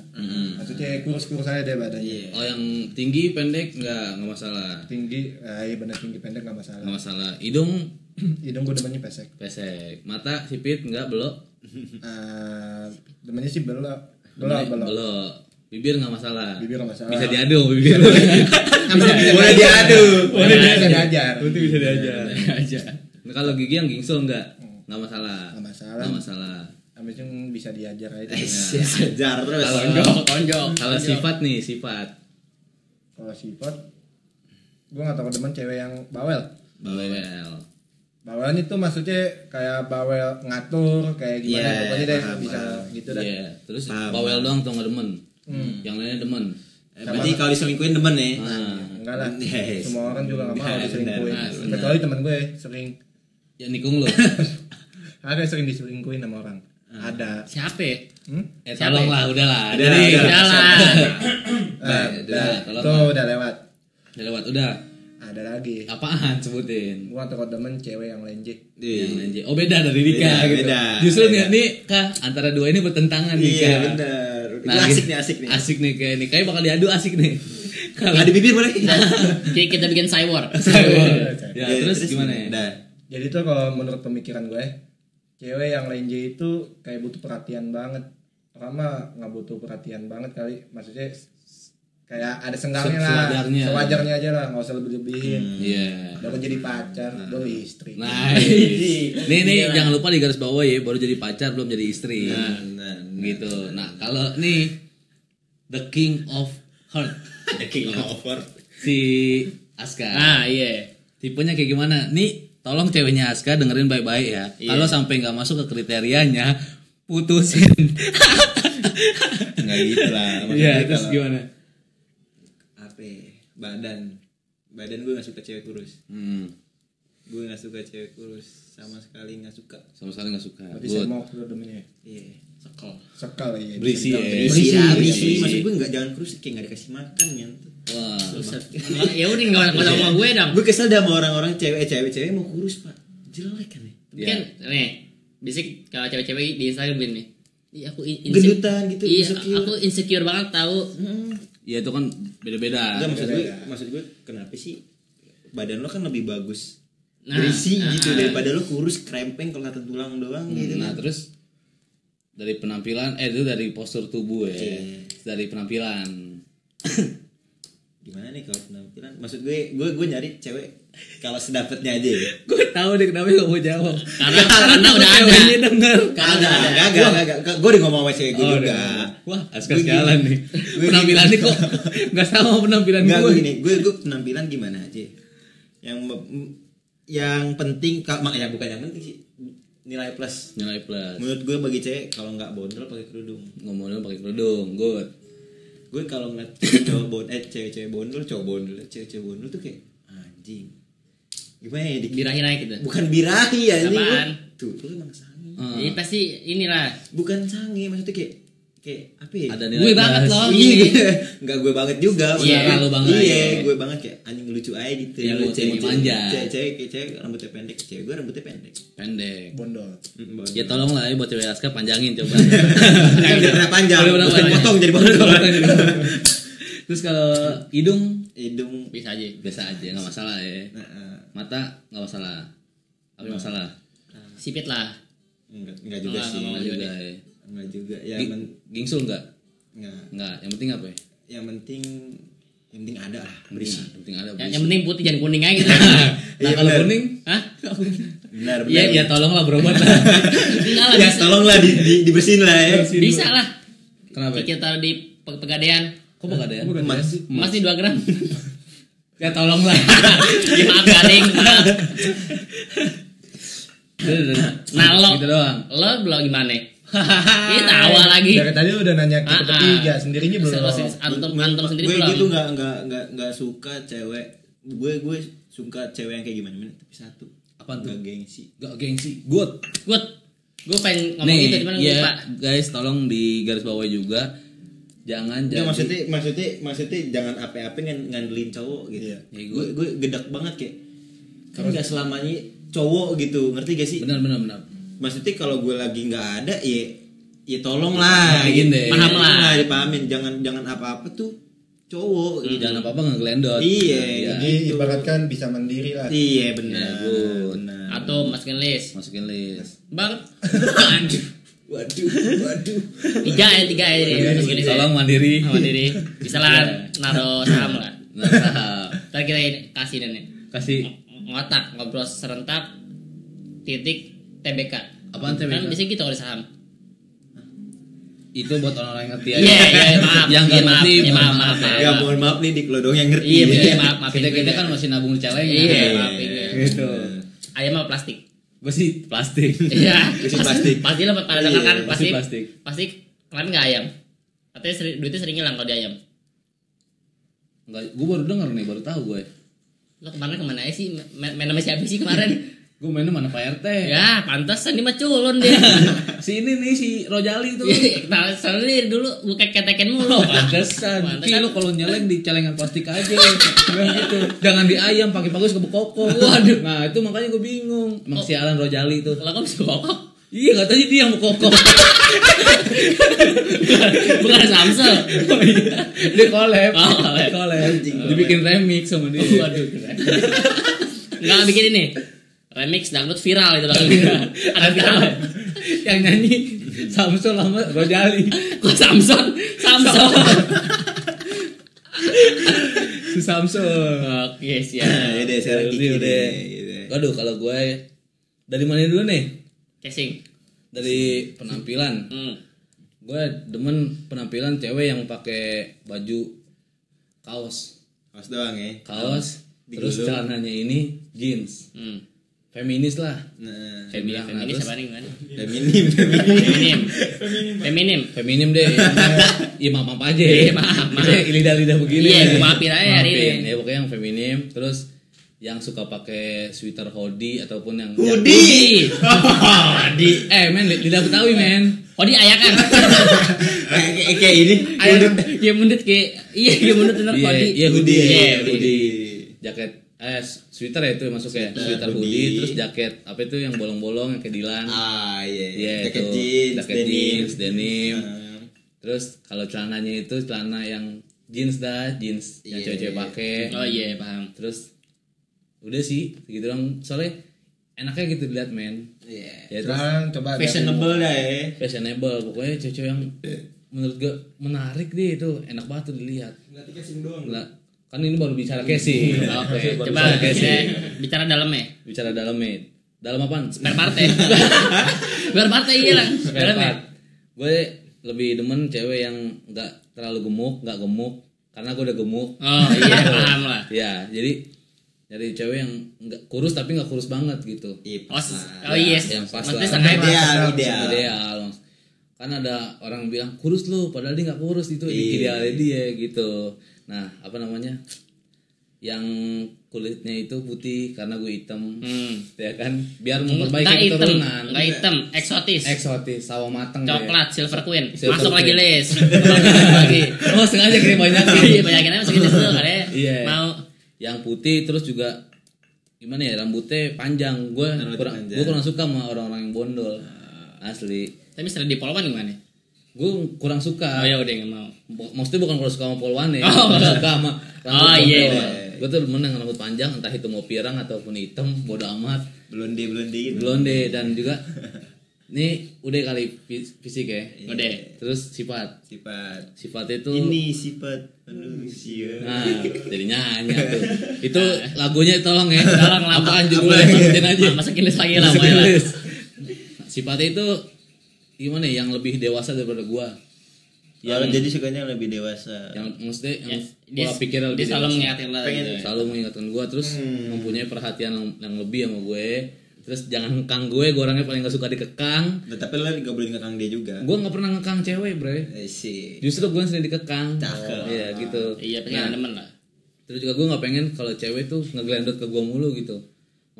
maksudnya kurus-kurus aja deh badannya Iya. oh yang tinggi pendek nggak nggak masalah tinggi eh, iya bener tinggi pendek nggak masalah [clears throat] nggak masalah hidung hidung gue demennya pesek pesek mata sipit nggak belok Eh, demennya sih belok belok belok belok bibir nggak masalah bibir nggak masalah Iya. bisa diadu bibir [laughs] boleh diadu boleh bisa diajar Iya. itu bisa diajar aja Nah, kalau gigi yang gingsul nggak nggak masalah Hmm. nggak masalah nggak masalah habis itu bisa diajar [laughs] aja Ajar Eh, terus. Eh, kalau tonjok tonjok kalau tonjok. sifat nih sifat kalau sifat gue nggak tahu demen cewek yang bawel bawel bawelan itu maksudnya kayak bawel ngatur kayak gimana Iya, pokoknya deh paham, bisa paham. gitu Iya, dah terus Paham. bawel doang tuh nggak demen. Hmm. Yang lainnya demen. Eh, berarti kalau diselingkuhin demen ya. Nah, enggak lah Yes. semua orang juga nggak mau Iya, Benar, diselingkuhin Iya, benar, benar. kecuali temen gue sering ya nikung [laughs] lo. ada yang sering diselingkuhin sama orang Ah. ada siapa ya? hmm? Eh Siapa tolong lah, udahlah. ya? Udah, Jadi, udah. Ah, udah, [laughs] jalan Eh, udah udah, itu tolong. udah lewat udah lewat, udah. ada lagi Apaan sebutin? gue takut demen cewek yang lenje Yang lain, Ji. Oh beda dari Dika Iya. Beda, gitu. beda. Justru Beda. nih, nih kah antara dua ini bertentangan nih Iya Kak. benar. Itu Nah, asik gitu. nih asik nih. Asik nih kayak nih. Kayak bakal diadu asik [laughs] nih. Kalau Ada bibir boleh? Nah, Jadi kita bikin cyber iya, ya, terus gimana ya? Udah. jadi tuh kalau menurut pemikiran gue cewek yang lenje itu kayak butuh perhatian banget orang mah nggak butuh perhatian banget kali maksudnya s- s- kayak ada senggangnya Se- lah sewajarnya. sewajarnya aja lah nggak usah lebih-lebihin [laughs] Iya. baru jadi pacar baru istri Nah, Iya. nih nih jangan lupa di garis bawah ya, baru jadi pacar belum jadi istri. Benar. Nah, gitu. Nah, kalau nih The King of Heart nah. King over. si Aska. ah iya Tipenya kayak gimana? Nih, tolong ceweknya Aska dengerin baik-baik ya. Kalau sampai nggak masuk ke kriterianya, putusin. [laughs] Enggak gitu lah. Maksudnya Iya, terus kalau- gimana? apa ya, badan badan gue nggak suka cewek kurus Hmm, gue nggak suka cewek kurus sama sekali nggak suka sama sekali nggak suka. berarti Good. saya mau lu demennya iya sekel sekal ya Berisi ya. berisi Berisi, berisi, berisi. maksud gue nggak jangan kurus kayak nggak dikasih makan ya Wah. ya udah nggak usah Iya. sama gue dong gue kesel dah sama orang-orang cewek eh, cewek cewek mau kurus pak jelek kan ya Tapi kan nih bisik kalau cewek-cewek di Instagram gini nih Ih, aku in- inse- gendutan gitu iya insecure. aku insecure banget tahu Hmm. Ya itu kan beda-beda. Nggak, maksud beda. gue maksud gue kenapa sih badan lo kan lebih bagus Nah, Hmm. berisi ah, gitu ah. daripada lo kurus krempeng kelihatan tulang doang gitu Nah, kan. terus dari penampilan eh itu dari postur tubuh ya. Iya. Dari penampilan. gimana nih kalau penampilan maksud gue gue gue nyari cewek kalau sedapetnya aja ya Gue tahu deh kenapa gak mau jawab. Karena- karena udah ada. Ceweknya denger. Kagak, kagak, kagak, kagak. Gue udah ngomong sama cewek gue Oh, juga. udah. Wah, Aska Gue sialan [laughs] gini. nih. Gue Penampilannya gini. kok nggak sama penampilan Enggak, gue. gue gini, gue gue penampilan gimana aja. Yang me- m- yang penting ka- mak ya bukan yang penting sih nilai plus. Nilai plus. Menurut gue bagi cewek kalau nggak bondol pakai kerudung. Ngomongnya pakai kerudung, good. Gue kalau ngeliat cowok bondol, eh cewek-cewek bondol, cowok bondol, cewek-cewek bondol tuh kayak anjing. Gimana ya? Dik? birahi naik gitu Bukan birahi ya ini. Apaan? Tuh, lu emang sange. Ah, jadi pasti inilah Bukan sange, maksudnya kayak kayak apa ya? ada nilai gue banget plus. loh gini. Iya, nggak gue banget juga. Iya, maksudnya. lu banget. Iya, Iya. gue banget kayak anjing lucu aja gitu. Yang Lu mau cewek- tinggi manja. Cewek, cewek, kayak cewek rambutnya pendek. Cewek gue rambutnya pendek. Pendek. bondol Mm, bawah. Ya tolong lah ya buat cewek Aska panjangin [laughs] coba. Kan biar kena panjang, Bener-bener bukan panjang. potong jadi potong. Terus kalau hidung Hidung. bisa aja biasa aja nggak masalah ya. Nah, eh, Mata nggak masalah. Apa yang masalah? sipit lah enggak, enggak juga Enggak, sih. enggak, Nggak enggak juga ya. Enggak juga. Ya, Gi- men, Gingsul nggak? enggak. Nggak. Yang penting apa ya? Yang penting, yang penting ada lah. Berisi. Yang penting ada yang, berisi. Ya, yang penting putih jangan kuning aja [laughs] gitu Nah Iya, kalau bener. kuning, Hah? Benar, benar. ya Iya. ya tolonglah berobat [laughs] lah. enggak lah Ya, bisa, tolonglah di, di, dibersihin lah ya. bisa lah Kenapa? ya? kita taruh di pe- pegadaian Kok bakal ada ya? Mas, masih 2 gram [laughs] Ya tolonglah. ya maaf [laughs] garing maaf. Nah, lo. Gitu [laughs] doang. lo belum gimana ini tawa lagi dari tadi lu udah nanya Gitu, Ah, kita ah. bertiga sendirinya belum Serius, antum Men- antum sendiri gue belum gitu nggak nggak nggak nggak suka cewek gue gue suka cewek yang kayak gimana gimana tapi satu Apaan tuh? nggak gengsi [laughs] Gak gengsi. Good. gue gue pengen ngomong Nih, gitu cuman gue ya, lupa guys tolong di garis bawah juga jangan Nggak, Iya, jadi maksudnya maksudnya maksudnya jangan apa-apa ngan- ngandelin cowok gitu Iya. Ya, gue gue gedak banget kayak kan nggak selamanya cowok gitu ngerti gak sih benar benar benar maksudnya kalau gue lagi nggak ada ya ya tolong lah Paham gitu. deh. paham Paham lah lah. dipahamin jangan jangan apa apa tuh cowok gitu. jangan apa apa ngeglendot Iya, Iya. gitu. jadi ibaratkan bisa mandiri lah iya benar Iya, good. benar atau masukin list masukin list bang [laughs] Aduh. waduh waduh tiga ya tiga ya jadi Iya, masukin list tolong [laughs] mandiri Sama diri bisa Iya. lah naruh saham lah [laughs] nah saham. ntar kita kasih dan ya kasih ngotak ngobrol serentak titik TBK apaan teh kan Mika? biasanya gitu kalau di saham itu buat orang-orang yang ngerti iya aja iya yang maaf iya, nggak maaf ngerti iya, maaf maaf maaf, ya maaf. mohon maaf nih dik lo doang yang ngerti Iya, ya. iya, maaf, maafin kita gue kita ya. kan masih nabung di celeng Iya, ya. maafin gue. gitu ayam mah plastik gue sih plastik iya Isi plastik. pasti lah pada dengar kan Iya, pasti pasti plastik. pasti kalian nggak ayam katanya seri- duitnya sering hilang kalau di ayam Enggak, gue baru denger nih baru tahu ya. gue lo kemarin kemana aja sih main, main sama siapa [laughs] sih kemarin gue mainnya mana Pak RT ya pantesan dia mah [laughs] culun dia si ini nih si Rojali itu Nah, soalnya dari dulu buka ketekin Oh, mulu Pantesan, Ki lu kalau nyeleng di celengan plastik aja Bilang gitu. Jangan di ayam, pagi-pagi suka bekoko Waduh Nah itu makanya gue bingung Emang sialan Rojali itu Kalau kamu bisa kokok, Iya katanya dia yang [laughs] bekoko bukan Samsel. Dia collab Oh, collab. Collab [laughs] Dibikin remix sama dia Oh, Waduh, keren. Enggak bikin ini. Remix dangdut viral itu bakal Iya. viral. Ada viral. Yang nyanyi Samsul sama Rojali Kok Samson? Samson. Si Samsul Oke, Nah, [laughs] siap. yaudah sekarang Jadi kiki udah. deh, gitu. Waduh kalau gue Dari mana dulu nih? Casing. Dari penampilan Hmm. gue demen penampilan cewek yang pakai baju kaos Awas doang ya kaos terus digulung. celananya ini jeans Hmm. feminis lah nah Saya bilang, nah, Feminis terus- apa nih [laughs] gimana? feminim feminim Feminim. Feminim. feminim [laughs] deh iya maaf maaf aja Iya, maaf, maaf. Maksudnya lidah lidah begini Iya, gua maafin aja hari ini. Maafin. ya pokoknya yang feminim terus yang suka pakai sweater hoodie ataupun yang [laughs] Hoodie. Yang- eh men lid- lidah betawi men Hoodie [laughs] ayakan. kayak kayak- kayak ini Ayakan. Ya mundut kayak iya ya mundut bener Iya, hoodie. iya, hoodie. Iya, hoodie. hoodie. jaket eh sweater ya itu masuknya sweater hoodie. hoodie. terus jaket apa itu yang bolong-bolong yang kedilan ah iya Iya, jaket itu. jeans Jaket denim. jeans, denim. Ah. Terus kalau celananya itu celana yang jeans dah, jeans yang Iya. cewek-cewek pakai. Oh iya, paham. Terus udah sih gitu dong. Soalnya enaknya gitu dilihat men. Iya. Ya terus sekarang coba ada fashionable dah ya fashionable pokoknya cewek-cewek yang menurut gue menarik deh itu enak banget tuh dilihat. berarti casing doang Lah, kan ini baru bicara casing. Oke, Iya. Baru coba bicara casing. kita bicara dalam ya. Bicara dalam men. Dalam apaan? Spare part [laughs] ya. Spare part ya, iya lah. Spare Dalam ya. part. Gue lebih demen cewek yang nggak terlalu gemuk, nggak gemuk karena gue udah gemuk. Oh [laughs] iya, paham lah. Ya, jadi dari cewek yang nggak kurus tapi nggak kurus banget gitu. iya Oh, pas s- lah. oh Nah, yes. yang pas lah. Maksudnya ya, Nah, setengah Ideal, pas. ideal. Ideal. Kan ada orang bilang kurus lu, padahal dia nggak kurus itu Iya. idealnya dia gitu. Nah, apa namanya? Yang kulitnya itu putih karena gue hitam. Hmm. Ya kan, biar Nggak memperbaiki hitam, keturunan. nggak hitam, eksotis. Eksotis, sawo mateng deh. Coklat, silver queen. Silver Masuk queen. lagi [laughs] list. Masuk lagi. Oh, sengaja kirim banyak. Iya, banyakin aja masukin list dulu karena Iya. kan, ya? mau yang putih terus juga gimana ya rambutnya panjang gue Rambut kurang panjang. Ah. gue kurang suka sama orang-orang yang bondol asli tapi setelah di polwan gimana? gue kurang suka Oh ya udah nggak mau. Bu- maksudnya bukan kurang suka sama [laughs] polwane Oh. kurang suka sama rambut Oh, iya, iya. gue tuh menang rambut panjang entah itu mau pirang ataupun hitam bodo amat blonde blonde gitu blonde dan juga ini udah kali fis- fisik ya Udah. terus sifat Iya. sifat sifatnya tuh ini sifat manusia Nah, jadinya hanya [laughs] tuh. Itu lagunya tolong ya. [laughs] Tolong lah, Apaan Pak. judulnya masukin aja. Ma- masukin list lagi lah, Masukin boleh lah. list. Sifatnya itu gimana ya, yang lebih dewasa daripada gua. ya jadi sukanya lebih dewasa Yang maksudnya yang Yes, Ya, Dia, pola pikirnya dia lebih selalu dewasa. mengingatkan lah. Pengen- gitu. Selalu mengingatkan gua terus mempunyai perhatian yang, yang lebih sama gue. Terus jangan ngekang gue, gue orangnya paling gak suka dikekang. Nah, tapi lo gak boleh ngekang dia juga Gue gak pernah ngekang cewek, bre. Eh, sih Justru gue yang sering dikekang. Cakep. Iya, gitu. Iya, pengen Nah, temen lah. terus juga gue nggak pengen kalau cewek tuh ngeglendot ke gue mulu gitu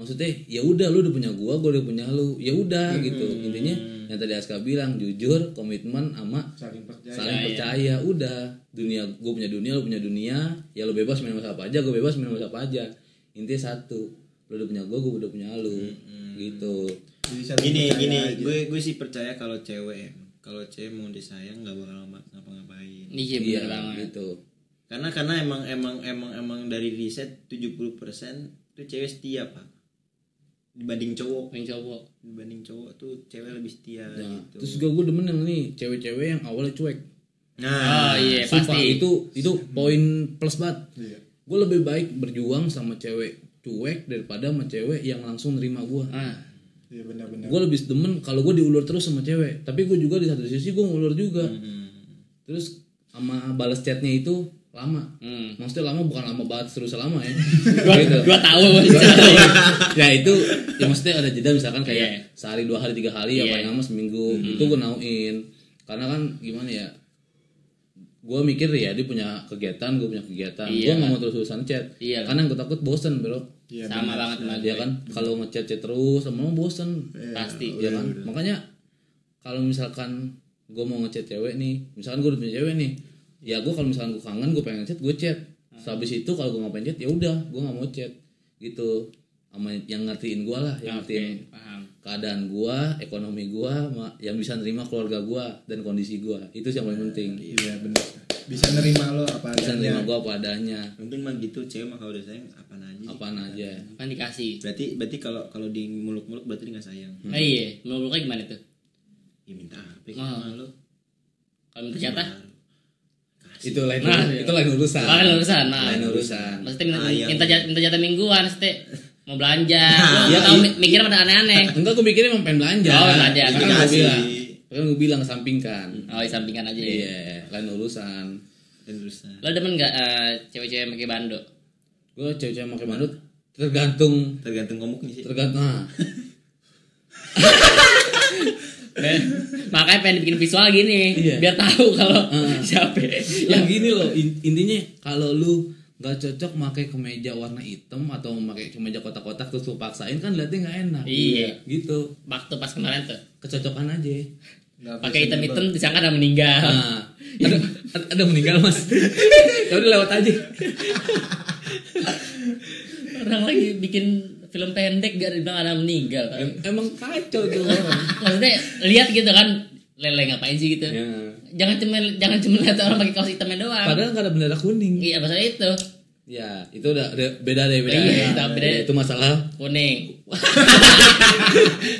maksudnya ya udah lu udah punya gue gue udah punya lu ya udah gitu intinya yang tadi Aska bilang jujur komitmen sama saling percaya saling percaya udah dunia gue punya dunia lu punya dunia ya lu bebas main sama siapa aja gue bebas main sama siapa aja intinya satu lu lu udah punya gue gue udah punya lu gitu Jadi saling gini percaya gini aja. gue gue sih percaya kalau cewek kalau cewek mau disayang nggak bakal ngapa- ngapa-ngapain Iya iya bener banget. gitu karena karena emang emang emang emang dari riset 70% itu cewek setia pak dibanding cowok Yang cowok. dibanding cowok tuh cewek lebih setia Nah, gitu terus gue gue demen yang nih cewek-cewek yang awalnya cuek Oh nah iya Sumpah, pasti. itu itu poin plus banget Iya. gue lebih baik berjuang sama cewek cuek daripada sama cewek yang langsung nerima gue Ah, ya. Iya benar-benar. gue lebih demen kalau gue diulur terus sama cewek tapi gue juga di satu sisi gue ngulur juga Hmm. hmm. terus sama balas chatnya itu lama hmm. maksudnya lama bukan lama banget terus lama ya [laughs] Gua, gitu gua tahu. ya itu ya maksudnya ada jeda misalkan kayak Iya. sehari dua hari tiga hari Iya. ya paling lama seminggu itu gue nauin karena kan gimana ya gue mikir ya dia punya kegiatan gue punya kegiatan Iya. gue nggak mau terus terusan chat Iya. karena gue takut bosen bro Iya, Sama benar. banget sama nah, dia gue. kan kalau ngechat chat terus sama bosen Iya, Pasti. Iya kan? Makanya kalau misalkan gue mau ngechat cewek nih, misalkan gue udah punya cewek nih, ya gue kalau misalkan gue kangen gue pengen chat gue chat. Sehabis itu kalau gue nggak pengen chat ya udah gue nggak mau chat gitu sama yang ngertiin gue lah, yang Oke, ngertiin paham. keadaan gue, ekonomi gue, yang bisa nerima keluarga gue dan kondisi gue itu sih yang paling penting. Iya benar. Bisa nerima lo apa Bisa nerima adanya. gue apa adanya, penting mah gitu cewek mah kalau udah sayang apa aja sih. apaan aja. Kan dikasih. berarti berarti kalau kalau di muluk-muluk berarti nggak sayang Hmm. Ah, iya, menurut lu gimana tuh? ya minta apa sih Nah. sama lo Kalau menurut jatah? Itu lain, Nah, itu lain urusan. Lain urusan, nah. Lain urusan. Maksudnya minta, Ah, iya. minta, jatah, minta jatah mingguan, maksudnya mau belanja. Lu iya, tahu iya. mi- mikirnya pada aneh-aneh. Enggak gue mikirnya emang pengen belanja. Oh, belanja. Kan Dikasih. gue bilang, kan gue bilang sampingkan. Oh, di sampingan aja. ya. Iya, lain urusan. dan terusan Lo demen gak eh, cewek-cewek pakai bando? [laughs] Gue cewek-cewek pakai bandut tergantung tergantung komuknya sih tergantung nah, Makanya pengen bikin visual gini, Iya. biar tahu [laughs] kalau Ah. siapa yang yang gini loh in- intinya kalau lu nggak cocok pakai kemeja warna hitam atau pakai kemeja kotak-kotak terus lu paksain kan liatnya nggak enak Iya. gitu waktu pas kemarin tuh kecocokan aja Nggak pakai bisa hitam-hitam disangka ada meninggal. nah, ada, ada- ada meninggal mas ya udah lewat aja Orang lagi bikin film pendek gak dibilang ada meninggal. Em- emang kacau tuh orang Maksudnya lihat gitu kan lele ngapain sih gitu. ya. Jangan cuma jangan cuma lihat orang pakai kaos hitamnya doang. padahal nggak ada bendera kuning Iya, masalah itu. ya itu udah udah beda deh beda Iya, Ya, itu beda. itu masalah [laughs] Kuning.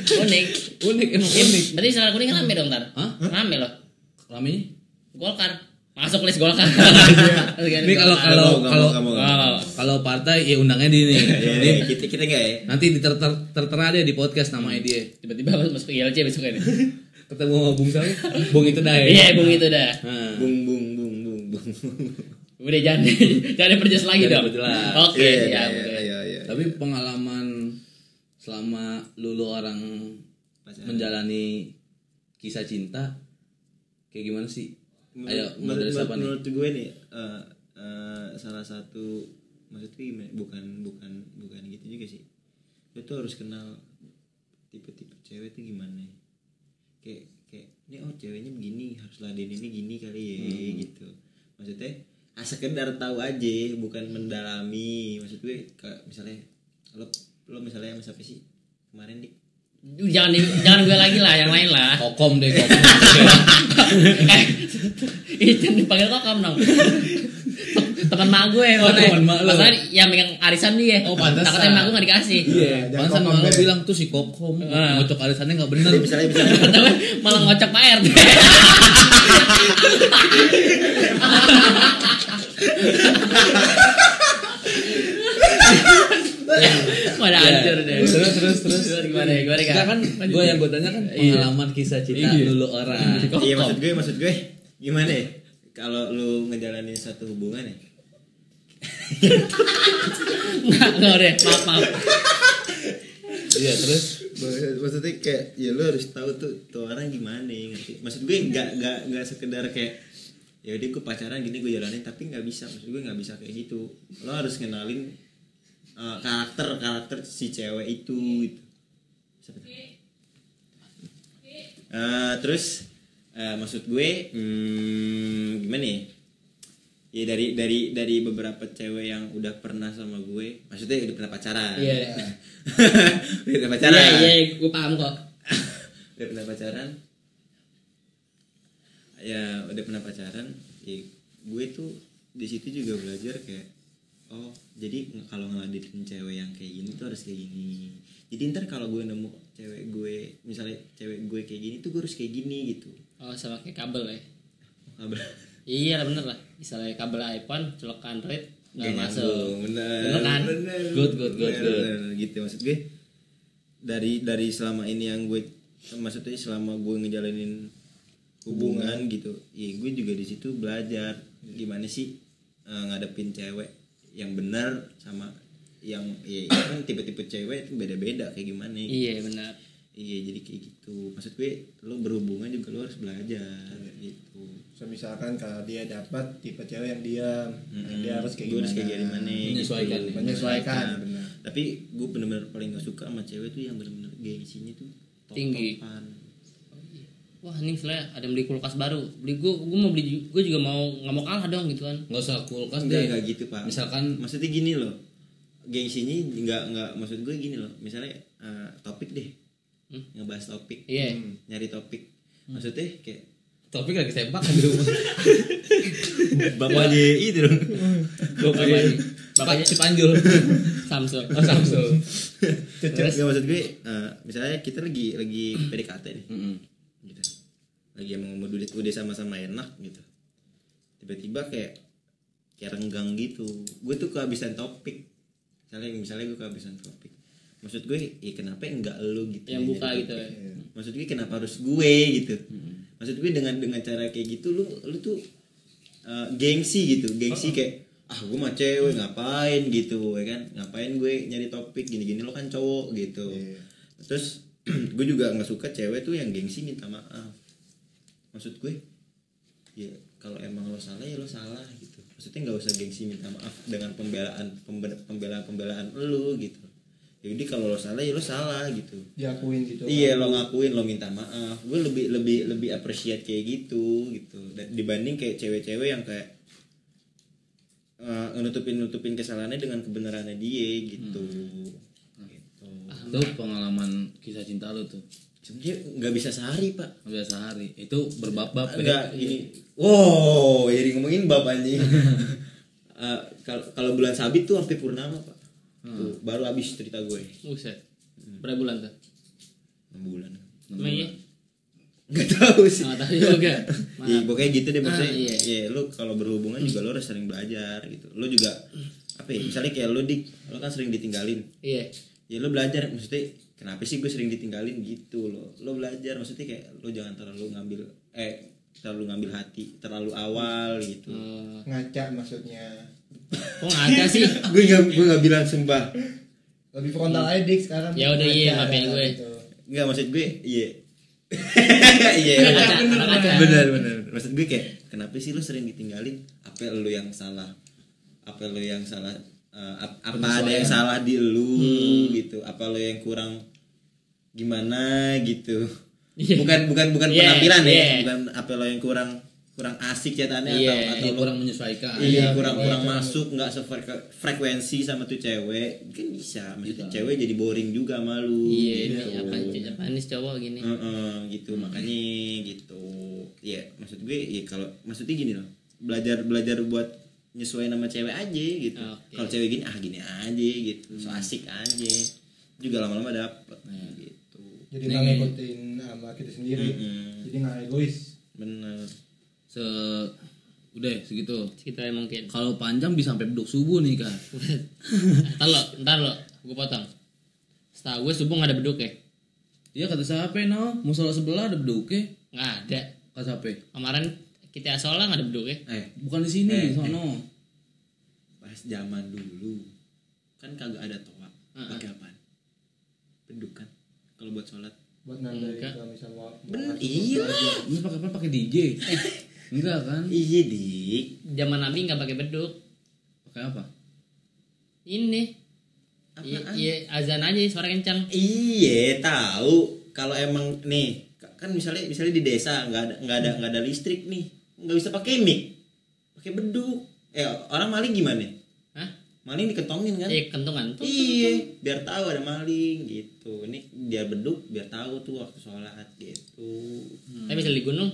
kuning. unik emang unik Berarti misalnya kuning kan rame dong, Tar? Hah? Rame loh. Ramenya? Golkar. Masuk list [laughs] Golkar. Iya. ini kalau Golkar. Oh. kalau Nggak mau, kalau nggak mau, nggak mau. Wow. Kalau partai ya undangnya dia nih. Ya, Dia- ya, kita kita nggak ya nanti diter- ter- tertera dia di podcast namanya dia. Tiba-tiba masuk ILC besok [laughs] ini. Ketemu sama Bung Sam, Bung itu dah ya. Iya, Bung itu dah. Nah, bung bung bung bung bung Udah jangan [laughs] jangan perjelas lagi Jangan dong. diperjelas. Oke, iya siap. iya, oke. iya iya Tapi pengalaman selama lulu orang Pacaran. menjalani kisah cinta kayak gimana sih? Ayo, menurut, model siapa nih? menurut gue nih eh, eh, salah satu maksudnya gimana? bukan bukan bukan gitu juga sih lo tuh harus kenal tipe-tipe cewek tuh gimana kayak kayak ini oh ceweknya begini harus ladeninnya gini kali ya gitu maksudnya ah, sekedar tahu aja bukan mendalami maksud gue kayak misalnya lo lo misalnya sama siapa sih kemarin dik Jangan di- jangan gue lagi lah, yang lain [laughs] lah. Kokom deh, kokom. Eh, itu dipanggil kok kamu [laughs] dong teman mak gue Oh, makanya. teman mak lu. Masalahnya yang megang arisan dia Oh, pantesan. takutnya mak gue gak dikasih Iya, jangan Pansan kokom malah deh. bilang tuh si kokom Ah. ngocok arisannya nggak bener. misalnya misalnya Takutnya malah ngocok pak rt Wadah Iya. hancur deh. Terus, terus, terus. Gimana ya? Gimana Kita kan gue [laughs] yang gue tanya kan pengalaman kisah cinta Iya. lulu orang. Iya maksud gue, maksud gue gimana ya? Kalau lu ngejalanin satu hubungan ya, Nggak, nggak deh. Maaf, maaf. Iya, terus Maksud- maksudnya kayak ya lu harus tahu tuh tuh orang gimana ngerti? Maksud gue nggak nggak nggak sekedar kayak ya udah gue pacaran gini gue jalanin tapi nggak bisa maksud gue nggak bisa kayak gitu lo harus kenalin eh, karakter karakter si cewek itu gitu Seperti- Eh, terus eh, maksud gue hmm, gimana ya ya dari dari dari beberapa cewek yang udah pernah sama gue maksudnya udah pernah pacaran Iya. [laughs] udah pernah pacaran ya? Iya, iya, gue paham kok. [laughs] udah pernah pacaran ya udah pernah pacaran ya gue tuh di situ juga belajar kayak oh jadi kalau ngeladenin cewek yang kayak gini tuh harus kayak gini jadi ntar kalau gue nemu cewek gue misalnya cewek gue kayak gini tuh gue harus kayak gini gitu Oh, sama kayak kabel ya. kabar [laughs] Iya lah, bener lah. Misalnya kabel iPhone, colok ke Android, Iya, nggak Gak nyambung, masuk. Iya, bener Bener kan? Good, good, good, Bener, good. bener, gitu maksud gue dari dari selama ini yang gue maksudnya selama gue ngejalanin hubungan gitu ya gue juga di situ belajar gimana sih eh, ngadepin cewek yang benar sama yang ya, ya kan tipe-tipe cewek itu beda-beda kayak gimana ya. Iya benar. iya jadi kayak gitu maksud gue lo berhubungan juga lo harus belajar gitu So, misalkan kalau dia dapat tipe cewek yang diam, nah, dia harus Gue kayak gimana? harus kayak gimana Menyesuaikan gitu. nih. Menyesuaikan, Nah, benar. tapi gue bener-bener paling gak suka sama cewek tuh yang bener-bener gengsinya tuh top-topan. Tinggi. Wah ini misalnya ada yang beli kulkas baru, beli gue, gue mau beli, gue juga mau nggak mau kalah dong gitu kan. nggak usah kulkas enggak deh enggak gitu pak misalkan maksudnya gini loh gengsinya enggak enggak maksud gue gini loh misalnya eh, topik deh Hmm. ngebahas topik Iya. Hmm. nyari topik maksudnya kayak topik lagi tembak kan di [laughs] rumah bapaknya itu dong bapaknya Iya. bapaknya [laughs] Cipanjul Samsung. oh, Samsul enggak maksud gue eh, misalnya kita lagi lagi PDKT nih Mm-mm. gitu lagi emang mau udah, udah sama-sama enak gitu tiba-tiba kayak kayak renggang gitu gue tuh kehabisan topik misalnya misalnya gue kehabisan topik maksud gue ya kenapa enggak lu gitu Yang ya, buka jadi gitu ya. Hmm. topik. maksud gue kenapa harus gue gitu maksud gue dengan dengan cara kayak gitu lu lu tuh eh, gengsi gitu Oh, gengsi kayak ah gue mah cewek ngapain gitu ya kan ngapain gue nyari topik gini-gini lo kan cowok gitu Iya. terus [clears throat] gue juga nggak suka cewek tuh yang gengsi minta maaf maksud gue ya kalau emang lo salah ya lo salah gitu maksudnya nggak usah gengsi minta maaf dengan pembelaan pembelaan pembelaan lo gitu jadi kalau lo salah ya lo salah gitu Diakuin gitu. iya lo ngakuin lo minta maaf gue lebih lebih lebih appreciate kayak gitu gitu Dan dibanding kayak cewek-cewek yang kayak eh, nutupin nutupin kesalahannya dengan kebenarannya dia gitu gitu Ah, itu pengalaman kisah cinta lu tuh sebenarnya nggak bisa sehari pak nggak biasa hari itu berbab-bab ya. Iya. enggak gini wow jadi ngomongin bab [laughs] anjing Eh, kalau kalau bulan sabit tuh hampir purnama pak Hmm. Tuh, baru habis cerita gue Buset. Hmm. Berapa bulan tuh? 6 bulan [laughs] Emang iya? nggak tahu sih Nggak tahu juga. Iya, pokoknya gitu deh maksudnya. Ah, iya. Ya, lu kalau berhubungan juga lu harus sering belajar gitu. Lu juga apa ya? Misalnya kayak lu dik, lu kan sering ditinggalin. Iya. Ya lu belajar maksudnya kenapa sih gue sering ditinggalin gitu lo. Lu belajar maksudnya kayak lu jangan terlalu ngambil eh terlalu ngambil hati, terlalu awal gitu. Eh, Ngaca maksudnya. Kok nggak ada sih? gue gak, gue gak bilang sembah Lebih frontal aja dik sekarang. Ya udah, iya, Ngaca, maafin gue. gitu. Gak maksud gue Iya [laughs] Iya Anak maksud- kaca, anak kaca. Bener bener Maksud gue kayak Kenapa sih lu sering ditinggalin Apa lu yang salah Apa lu yang salah eh, ap- Apa ada yang salah di lu gitu Apa lu yang kurang Gimana gitu Iya. Bukan bukan bukan Iya, penampilan iya. ya Bukan apa lu yang kurang Kurang asik catatannya Iya, Atau, atau lu kurang menyesuaikan Iya kurang kurang masuk nggak sefrek- frekuensi sama tuh cewek kan bisa maksudnya cewek jadi boring juga malu Iya, ini apa Japanis cowok gini. gitu makanya gitu ya maksud gue ya kalau maksudnya gini loh belajar belajar buat nyesuaiin sama cewek aja gitu Oke. Hmm. kalau cewek gini ah gini aja gitu so asik aja juga lama-lama dapet Nah. gitu Jadi nggak ngikutin sama kita sendiri. Mm-mm. Jadi nggak egois. bener se udah segitu Sekitar mungkin. kalau panjang bisa sampai beduk subuh nih kan Ntar lo, ntar lo, gue potong. Setahu gue subuh nggak ada beduk ya? iya kata siapa no musola sebelah ada beduk ya Nggak ada. kata siapa Kemarin kita asola nggak ada beduk ya? eh bukan di sini Eh, eh. sono pas zaman dulu kan kagak ada toa pakai apaan beduk kan kalau buat sholat Buat nandain Enggak. kalau misalnya mau- bener iya lah ini pakai apa pakai [laughs] DJ enggak kan iya dik Zaman nabi nggak pakai beduk. pakai apa Ini. Iya, iya, azan aja suara kencang. iya tahu kalau emang nih kan misalnya misalnya di desa nggak ada nggak ada nggak ada listrik nih nggak bisa pakai mic pakai beduk eh orang maling gimana Hah? maling dikentongin kan Eh, kentung kentung. iya biar tahu ada maling gitu ini biar beduk biar tahu tuh waktu sholat gitu Tapi bisa di gunung.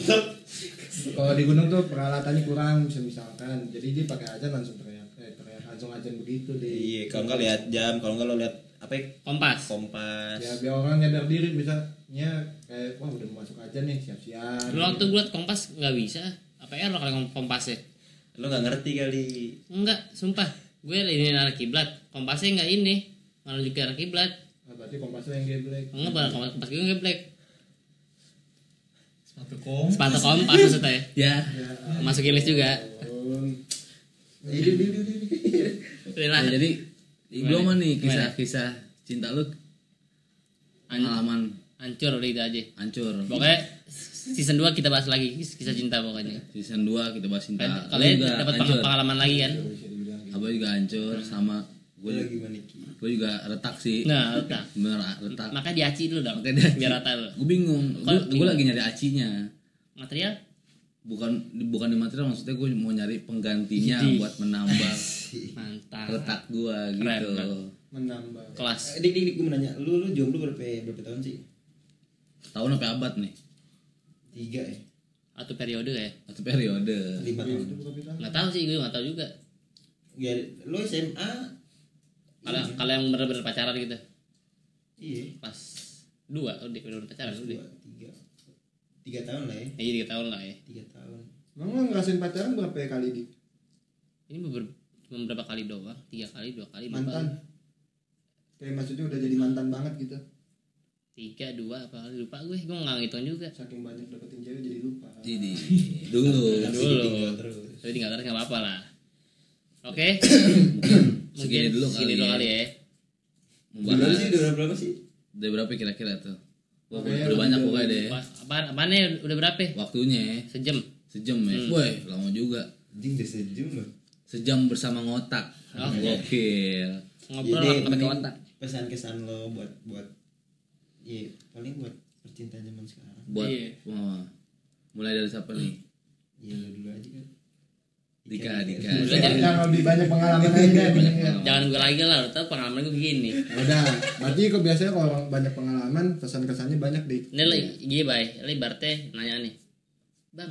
Kalau di gunung tuh peralatannya kurang bisa misalkan. Jadi dia pakai aja langsung teriak, eh, teriak langsung aja begitu deh. iya kalau nggak lihat jam kalau nggak lo lihat apa ya Kompas. kompas Ya biar orang nyadar diri misalnya kayak wah udah mau masuk aja nih siap-siap. Dulu waktu gue liat kompas nggak bisa. Apa ya lo kalau kompasnya? lo nggak ngerti kali Enggak, sumpah. Gue ini arah kiblat. Kompasnya nggak ini. Malah juga arah kiblat. Nah, berarti kompasnya yang geblek. Enggak, malah kompas, kompas gue nggak black. Sepatu kom. Sepatu kompas maksudnya ya. Ya. Ya. Masukin list juga. ampun. Udah lah. Ya, jadi di Nah, Gimana? gua mah nih Gimana? kisah-kisah cinta lu pengalaman Hancur udah itu aja. hancur. Pokoknya season 2 kita bahas lagi kis- kisah cinta pokoknya. Season 2 kita bahas cinta. Lu Kan kalian juga dapat hancur. pengalaman lagi kan. Abah juga hancur sama gue juga, gua juga retak sih. Nah, retak. Bener ah, retak. Makanya diaci dulu dong. Makanya diaci. Biar rata dulu. Gue bingung. Kalau Gue lagi nyari acinya. Material? Bukan bukan di material maksudnya gue mau nyari penggantinya Jadi. buat menambah [laughs] Mantap. retak gue gitu. Keren, keren. Menambah. Kelas. Eh, dik dik dik gue mau nanya lu lu jomblo berapa berapa tahun sih Tahun sampai abad nih. tiga ya Atau periode ya? Satu periode. lima tahun Nggak tahu sih gue nggak tahu juga. ya lu SMA Kalau kalau yang bener-bener pacaran gitu. iya Pas dua udah bener-bener pacaran udah. dua tiga tiga tahun lah ya Ya, jadi tiga tahun lah ya. tiga tahun Emang lo ngerasain pacaran berapa ya kali di Ini beber, cuma berapa kali doang? Tiga kali, dua kali, lupa. mantan? Kayak maksudnya udah jadi mantan banget gitu. Tiga, dua, apa kali lupa gue. Gue nggak ngitung juga. Saking banyak dapetin cewek jadi lupa. Jadi dulu Dulu. Tapi tinggal terus nggak apa-apa lah. [coughs] Oke. Segini Mungkin dulu segini kali dulu ya. kali ya. Berapa membahas sih? Udah berapa sih? dari berapa kira-kira tuh? Wah, Makanya udah lu banyak udah- pokoknya deh. Wah, apaan, apaan udah berapa? ya? Waktunya ya, Sejam. sejam ya. Hmm. Woi, lama juga. Anjing udah sejam loh. Sejam bersama ngotak. Oke. Gokil. Ngobrol Jadi, lah pakai Iya, mending otak. Pesan-kesan lo buat buat ya paling buat percintaan zaman sekarang. Buat Iya. wah, mulai dari siapa nih? Ya lo dulu aja kan. Iya. Dika, Iya. Dika. Mulai Yang yang lebih banyak pengalaman [laughs] aja Banyak nih. pengalaman. Jangan gue lagi lah, lo tau pengalaman gue begini. Ya Udah, berarti kok biasanya kalau orang banyak pengalaman, pesan kesannya banyak di Ini lo gini bay, lo ibaratnya nanya nih, bang,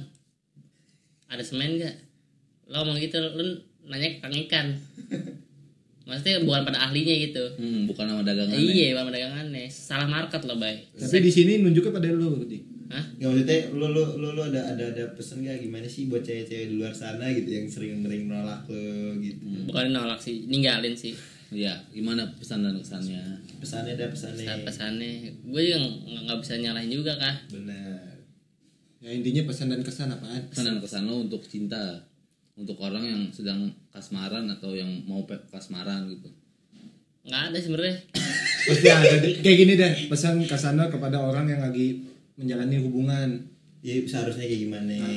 ada semen gak? Lo ngomong gitu, lo nanya ke tukang ikan. Maksudnya bukan pada ahlinya gitu. Hmm, bukan nama dagangan. Iya, bukan dagangannya. Salah market lo bay. Tapi di sini nunjuknya pada lu, Di. Hah? Gak Ya, maksudnya lo lo lo, lo ada ada ada pesan gak gimana sih buat cewek-cewek di luar sana gitu yang sering-sering nolak lo gitu. Bukan nolak sih, ninggalin sih. Iya, gimana pesan dan kesannya? Pesannya ada pesannya. Saat pesannya, gue juga nggak nggak bisa nyalahin juga kah? Benar. Ya intinya pesan dan kesan apaan? Pesan dan kesan lo untuk cinta, untuk orang yang sedang kasmaran atau yang mau pe- kasmaran gitu. Nggak ada sebenarnya. Pasti ada Di. kayak gini deh, pesan kesan lo kepada orang yang lagi menjalani hubungan. Ya seharusnya kayak gimana ya,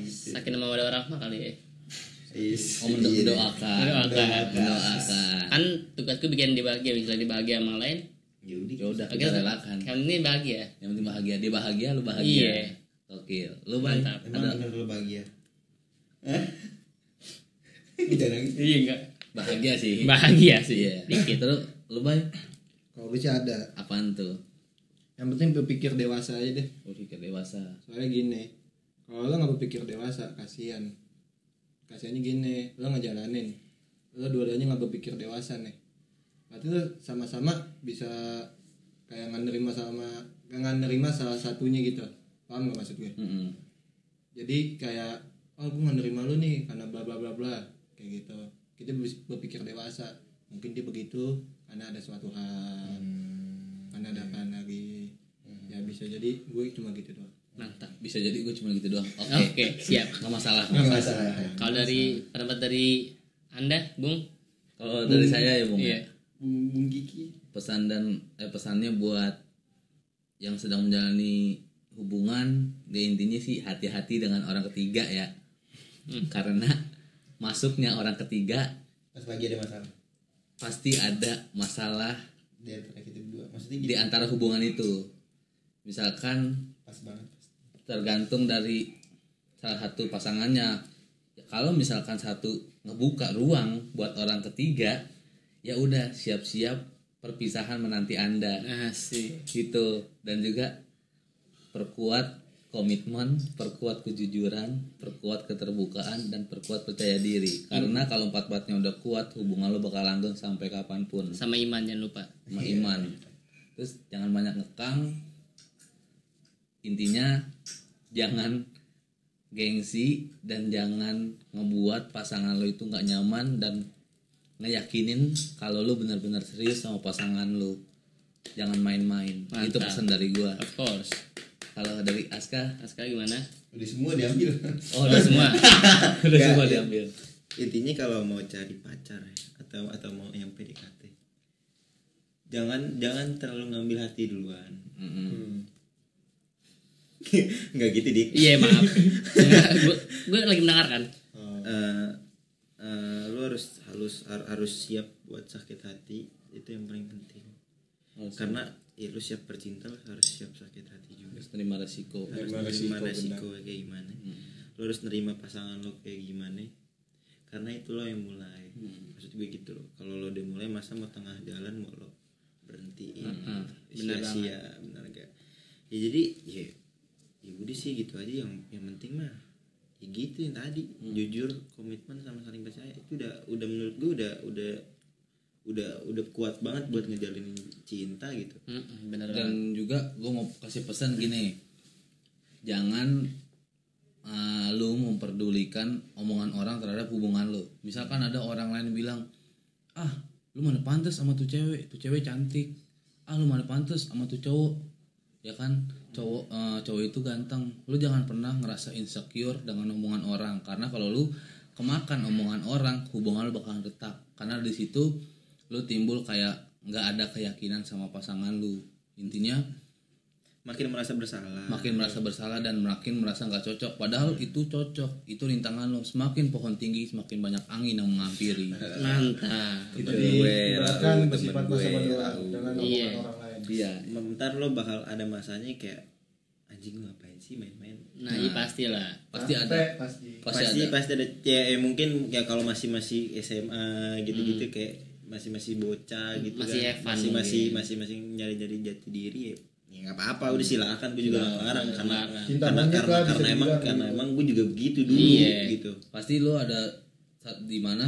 gitu. Sakit sama ada orang mah kali ya. Is. Iya. iya. Oh, mendo- mendoakan. Mendoakan. Mendoakan. Kan tugasku bikin dia bahagia, bisa dia bahagia sama orang lain. Ya udah. Ya udah, Oke, kita relakan. kan ini bahagia. Yang penting bahagia, dia bahagia, lu bahagia. Iya. Oke, lu bahagia. Mantap. Emang bener lo bahagia? Hah? [laughs] Jangan nangis. Iya enggak. Bahagia sih. Bahagia sih. Iya. Dikit. Terus lu bahagia Kalau gue sih ada. apaan tuh? Yang penting berpikir dewasa aja deh. Berpikir dewasa. Soalnya gini, kalau lo nggak berpikir dewasa, kasihan. Kasihannya gini, lo ngejalanin, lo dua-duanya nggak berpikir dewasa nih. Berarti lo sama-sama bisa kayak nggak nerima sama nggak nerima salah satunya gitu. Paham nggak maksud gue? Mm-mm. Jadi kayak, oh gue nggak nerima lo nih karena bla bla bla bla kayak gitu. Kita bisa berpikir dewasa. Mungkin dia begitu karena ada suatu hal, Hmm. Iya. karena ada apaan lagi. Ya bisa jadi gue cuma gitu doang. Mantap. Bisa jadi gue cuma gitu doang. Oke. Oke, siap. Gak masalah. Gak masalah. Kalau dari pendapat dari Anda, Bung? Kalau dari saya ya, Bung. Iya. ya. Bung Bung Kiki. Pesan dan eh, pesannya buat yang sedang menjalani hubungan, ya intinya sih hati-hati dengan orang ketiga ya. Karena masuknya orang ketiga Pas pagi ada masalah. pasti ada masalah Di antara kita berdua. Maksudnya gitu. di antara hubungan itu. Misalkan Pas banget. tergantung dari salah satu pasangannya Ya, kalau misalkan satu ngebuka ruang buat orang ketiga ya udah siap-siap perpisahan menanti anda Iya. Ah, Asik. gitu dan juga perkuat komitmen, perkuat kejujuran, perkuat keterbukaan dan perkuat percaya diri. Karena kalau empat-empatnya udah kuat, hubungan lo bakal langgeng sampai kapanpun Sama iman jangan lupa. sama iman. Terus jangan banyak ngekang. Intinya jangan gengsi dan jangan ngebuat pasangan lo itu nggak nyaman dan ngeyakinin kalau lo benar-benar serius sama pasangan lo. Jangan main-main. Mantap. Itu pesan dari gua. Of course. Kalau dari Aska, Aska gimana? Udah semua diambil. [laughs] oh udah semua. [laughs] udah Nggak, semua iya. diambil. Intinya kalau mau cari pacar ya, atau atau mau yang PDKT. Jangan jangan terlalu ngambil hati duluan. [laughs] Hmm. Enggak gitu, Dik. Iya maaf. gue gue lagi mendengarkan. Eh, eh, lu harus harus har- harus siap buat sakit hati itu yang paling penting Harus- karena ya, lu siap bercinta lu harus siap sakit hati juga Harus terima resiko. harus Terima nerima resiko, resiko kayak gimana lu harus nerima pasangan lu kayak gimana karena itu lo yang mulai maksud gue gitu loh kalau lo udah mulai masa mau tengah jalan mau lo berhentiin sia-sia benar gak ya jadi ya ya udah sih gitu aja yang yang penting mah ya gitu yang tadi jujur komitmen sama saling percaya itu udah udah menurut gue udah udah udah udah kuat banget buat ngejalin cinta gitu Mm, bener banget. dan juga gue mau kasih pesan gini jangan eh, lu memperdulikan omongan orang terhadap hubungan lu misalkan ada orang lain bilang ah lu mana pantas sama tuh cewek tuh cewek cantik ah lu mana pantas sama tuh cowok ya kan cowok eh, cowok itu ganteng lu jangan pernah ngerasa insecure dengan omongan orang karena kalau lu kemakan omongan orang hubungan lu bakalan retak karena di situ lu timbul kayak nggak ada keyakinan sama pasangan lu intinya makin merasa bersalah makin merasa bersalah dan makin merasa nggak cocok padahal itu cocok itu rintangan lu semakin pohon tinggi semakin banyak angin yang menghampiri Mantap. Itu Jadi gue, ibaratkan Ratu, bersifat temen masa gue, berdua Ratu. dengan Iya. omongan orang lain. iya bentar lo bakal ada masanya kayak anjing gue ngapain sih main-main Nah, iya pastilah. pasti ada Capek, Pasti. pasti, pasti ada pasti ada ya, ya mungkin ya kalau masih masih SMA gitu-gitu kayak masih masih bocah gitu Masih kan. Evan masih masih mungkin. masih masih nyari-nyari jati diri ya ya nggak apa-apa udah silakan gue juga nggak larang karena Cinta karena monyet karena, lah, bisa karena emang dibilang karena gitu. emang gue juga begitu dulu Iya. gitu pasti lu ada saat di mana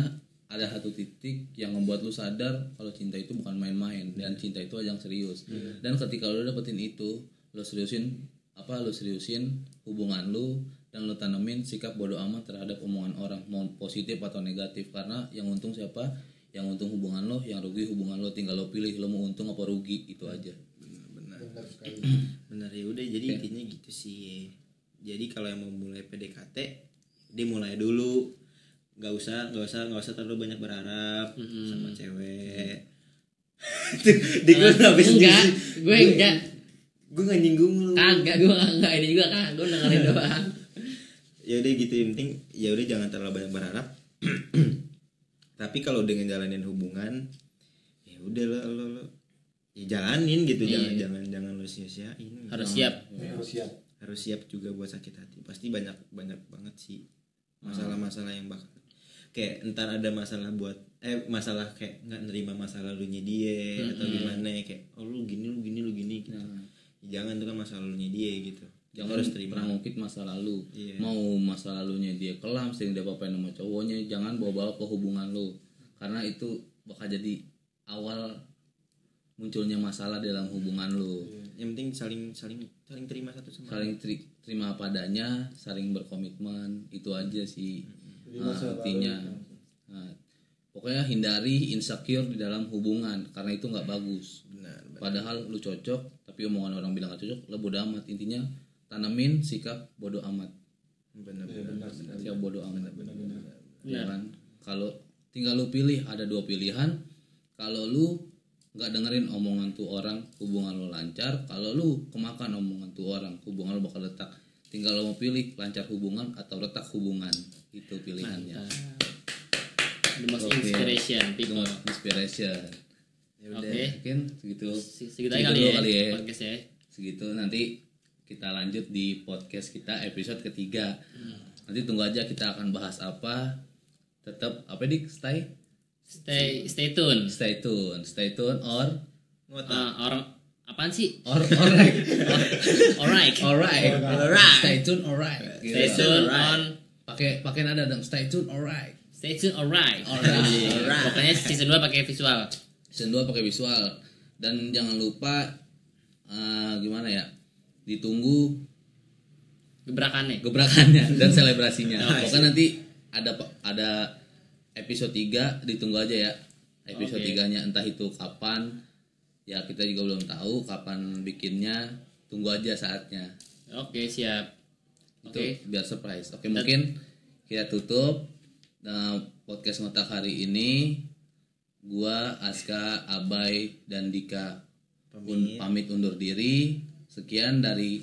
ada satu titik yang membuat lu sadar kalau cinta itu bukan main-main dan cinta itu aja yang serius dan ketika lu dapetin itu lu seriusin apa lu seriusin hubungan lu dan lu tanemin sikap bodoh amat terhadap omongan orang mau positif atau negatif karena yang untung siapa yang untung hubungan lo yang rugi hubungan lo tinggal lo pilih lo mau untung apa rugi itu aja Benar sekali. [clears throat] benar ya udah jadi intinya gitu sih jadi kalau yang mau mulai PDKT dia mulai dulu nggak usah nggak usah nggak usah terlalu banyak berharap sama [laughs] cewek Eh, Dik lu habis Eh, enggak, gue enggak. gue nggak nyinggung lu Kagak, gue enggak ini juga kagak, gue dengerin doang. ya udah gitu yang penting ya udah jangan terlalu banyak berharap [clears throat] tapi kalau dengan jalanin hubungan ya udah lo lo, lo ya jalanin gitu jangan jangan jangan lo sia-siain Harus siap. Harus siap. harus siap juga buat sakit hati pasti banyak banyak banget sih masalah-masalah yang bakal kayak entar ada masalah buat eh masalah kayak nggak nerima masa lalunya dia atau gimana ya kayak oh lu gini lu gini lu gini gitu jangan tuh kan masa lalunya dia gitu jangan harus terima pernah ngungkit masa lalu Iya. mau masa lalunya dia kelam sering dia apa sama cowoknya jangan bawa-bawa ke hubungan lo karena itu bakal jadi awal munculnya masalah dalam hubungan lo yang penting saling saling saling terima satu sama lain saling tri- terima apa adanya saling berkomitmen itu aja sih Jadi ah, masa lalu intinya itu. Ah, pokoknya hindari insecure di dalam hubungan karena itu nggak bagus benar benar. Padahal lu cocok, tapi omongan orang bilang gak cocok, lo bodo amat. Intinya tanamin sikap bodo amat. benar Iya, benar benar sekali. Sikap bodo amat. Benar. Ya kan? Kalau tinggal lu pilih ada dua pilihan. Kalau lu nggak dengerin omongan tuh orang, hubungan lo lancar. Kalau lu kemakan omongan tuh orang, hubungan lo bakal retak. Tinggal lo mau pilih lancar hubungan atau retak hubungan. Itu pilihannya. The most Oke. inspiration Itu people. inspiration. Oke. Mungkin segitu Segitu Segitu aja dulu kali kali ya. ya. Podcast ya. segitu nanti kita lanjut di podcast kita episode ketiga. Nanti tunggu aja kita akan bahas apa. Tetap apa dik stay Stay stay tune. stay tune, stay tune or Eh, orang apaan sih? [laughs] or alright. Alright. Alright. Alright. Stay tune alright. Gitu. Stay tune on Pakai pakai nada dong. Stay tune alright. Stay tune alright. Alright. Alright. Pokoknya season 2 pakai visual. Season 2 pakai visual. Dan jangan lupa eh, gimana ya? Ditunggu Gebrakannya. gebrakannya [laughs] dan selebrasinya. Nah, iya. Pokoknya nanti ada ada episode 3 ditunggu aja ya. Episode Oke. tiganya entah itu kapan ya kita juga belum tahu kapan bikinnya. Tunggu aja saatnya. Oke, siap. Oke. Itu biar surprise. Oke, mungkin kita tutup nah, podcast ngotak hari ini. Gua Aska, Abai dan Dika pamit. pamit undur diri. Sekian dari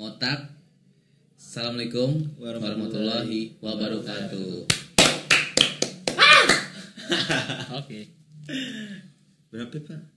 ngotak. Assalamualaikum warahmatullahi wabarakatuh. Oke. Berapa pak?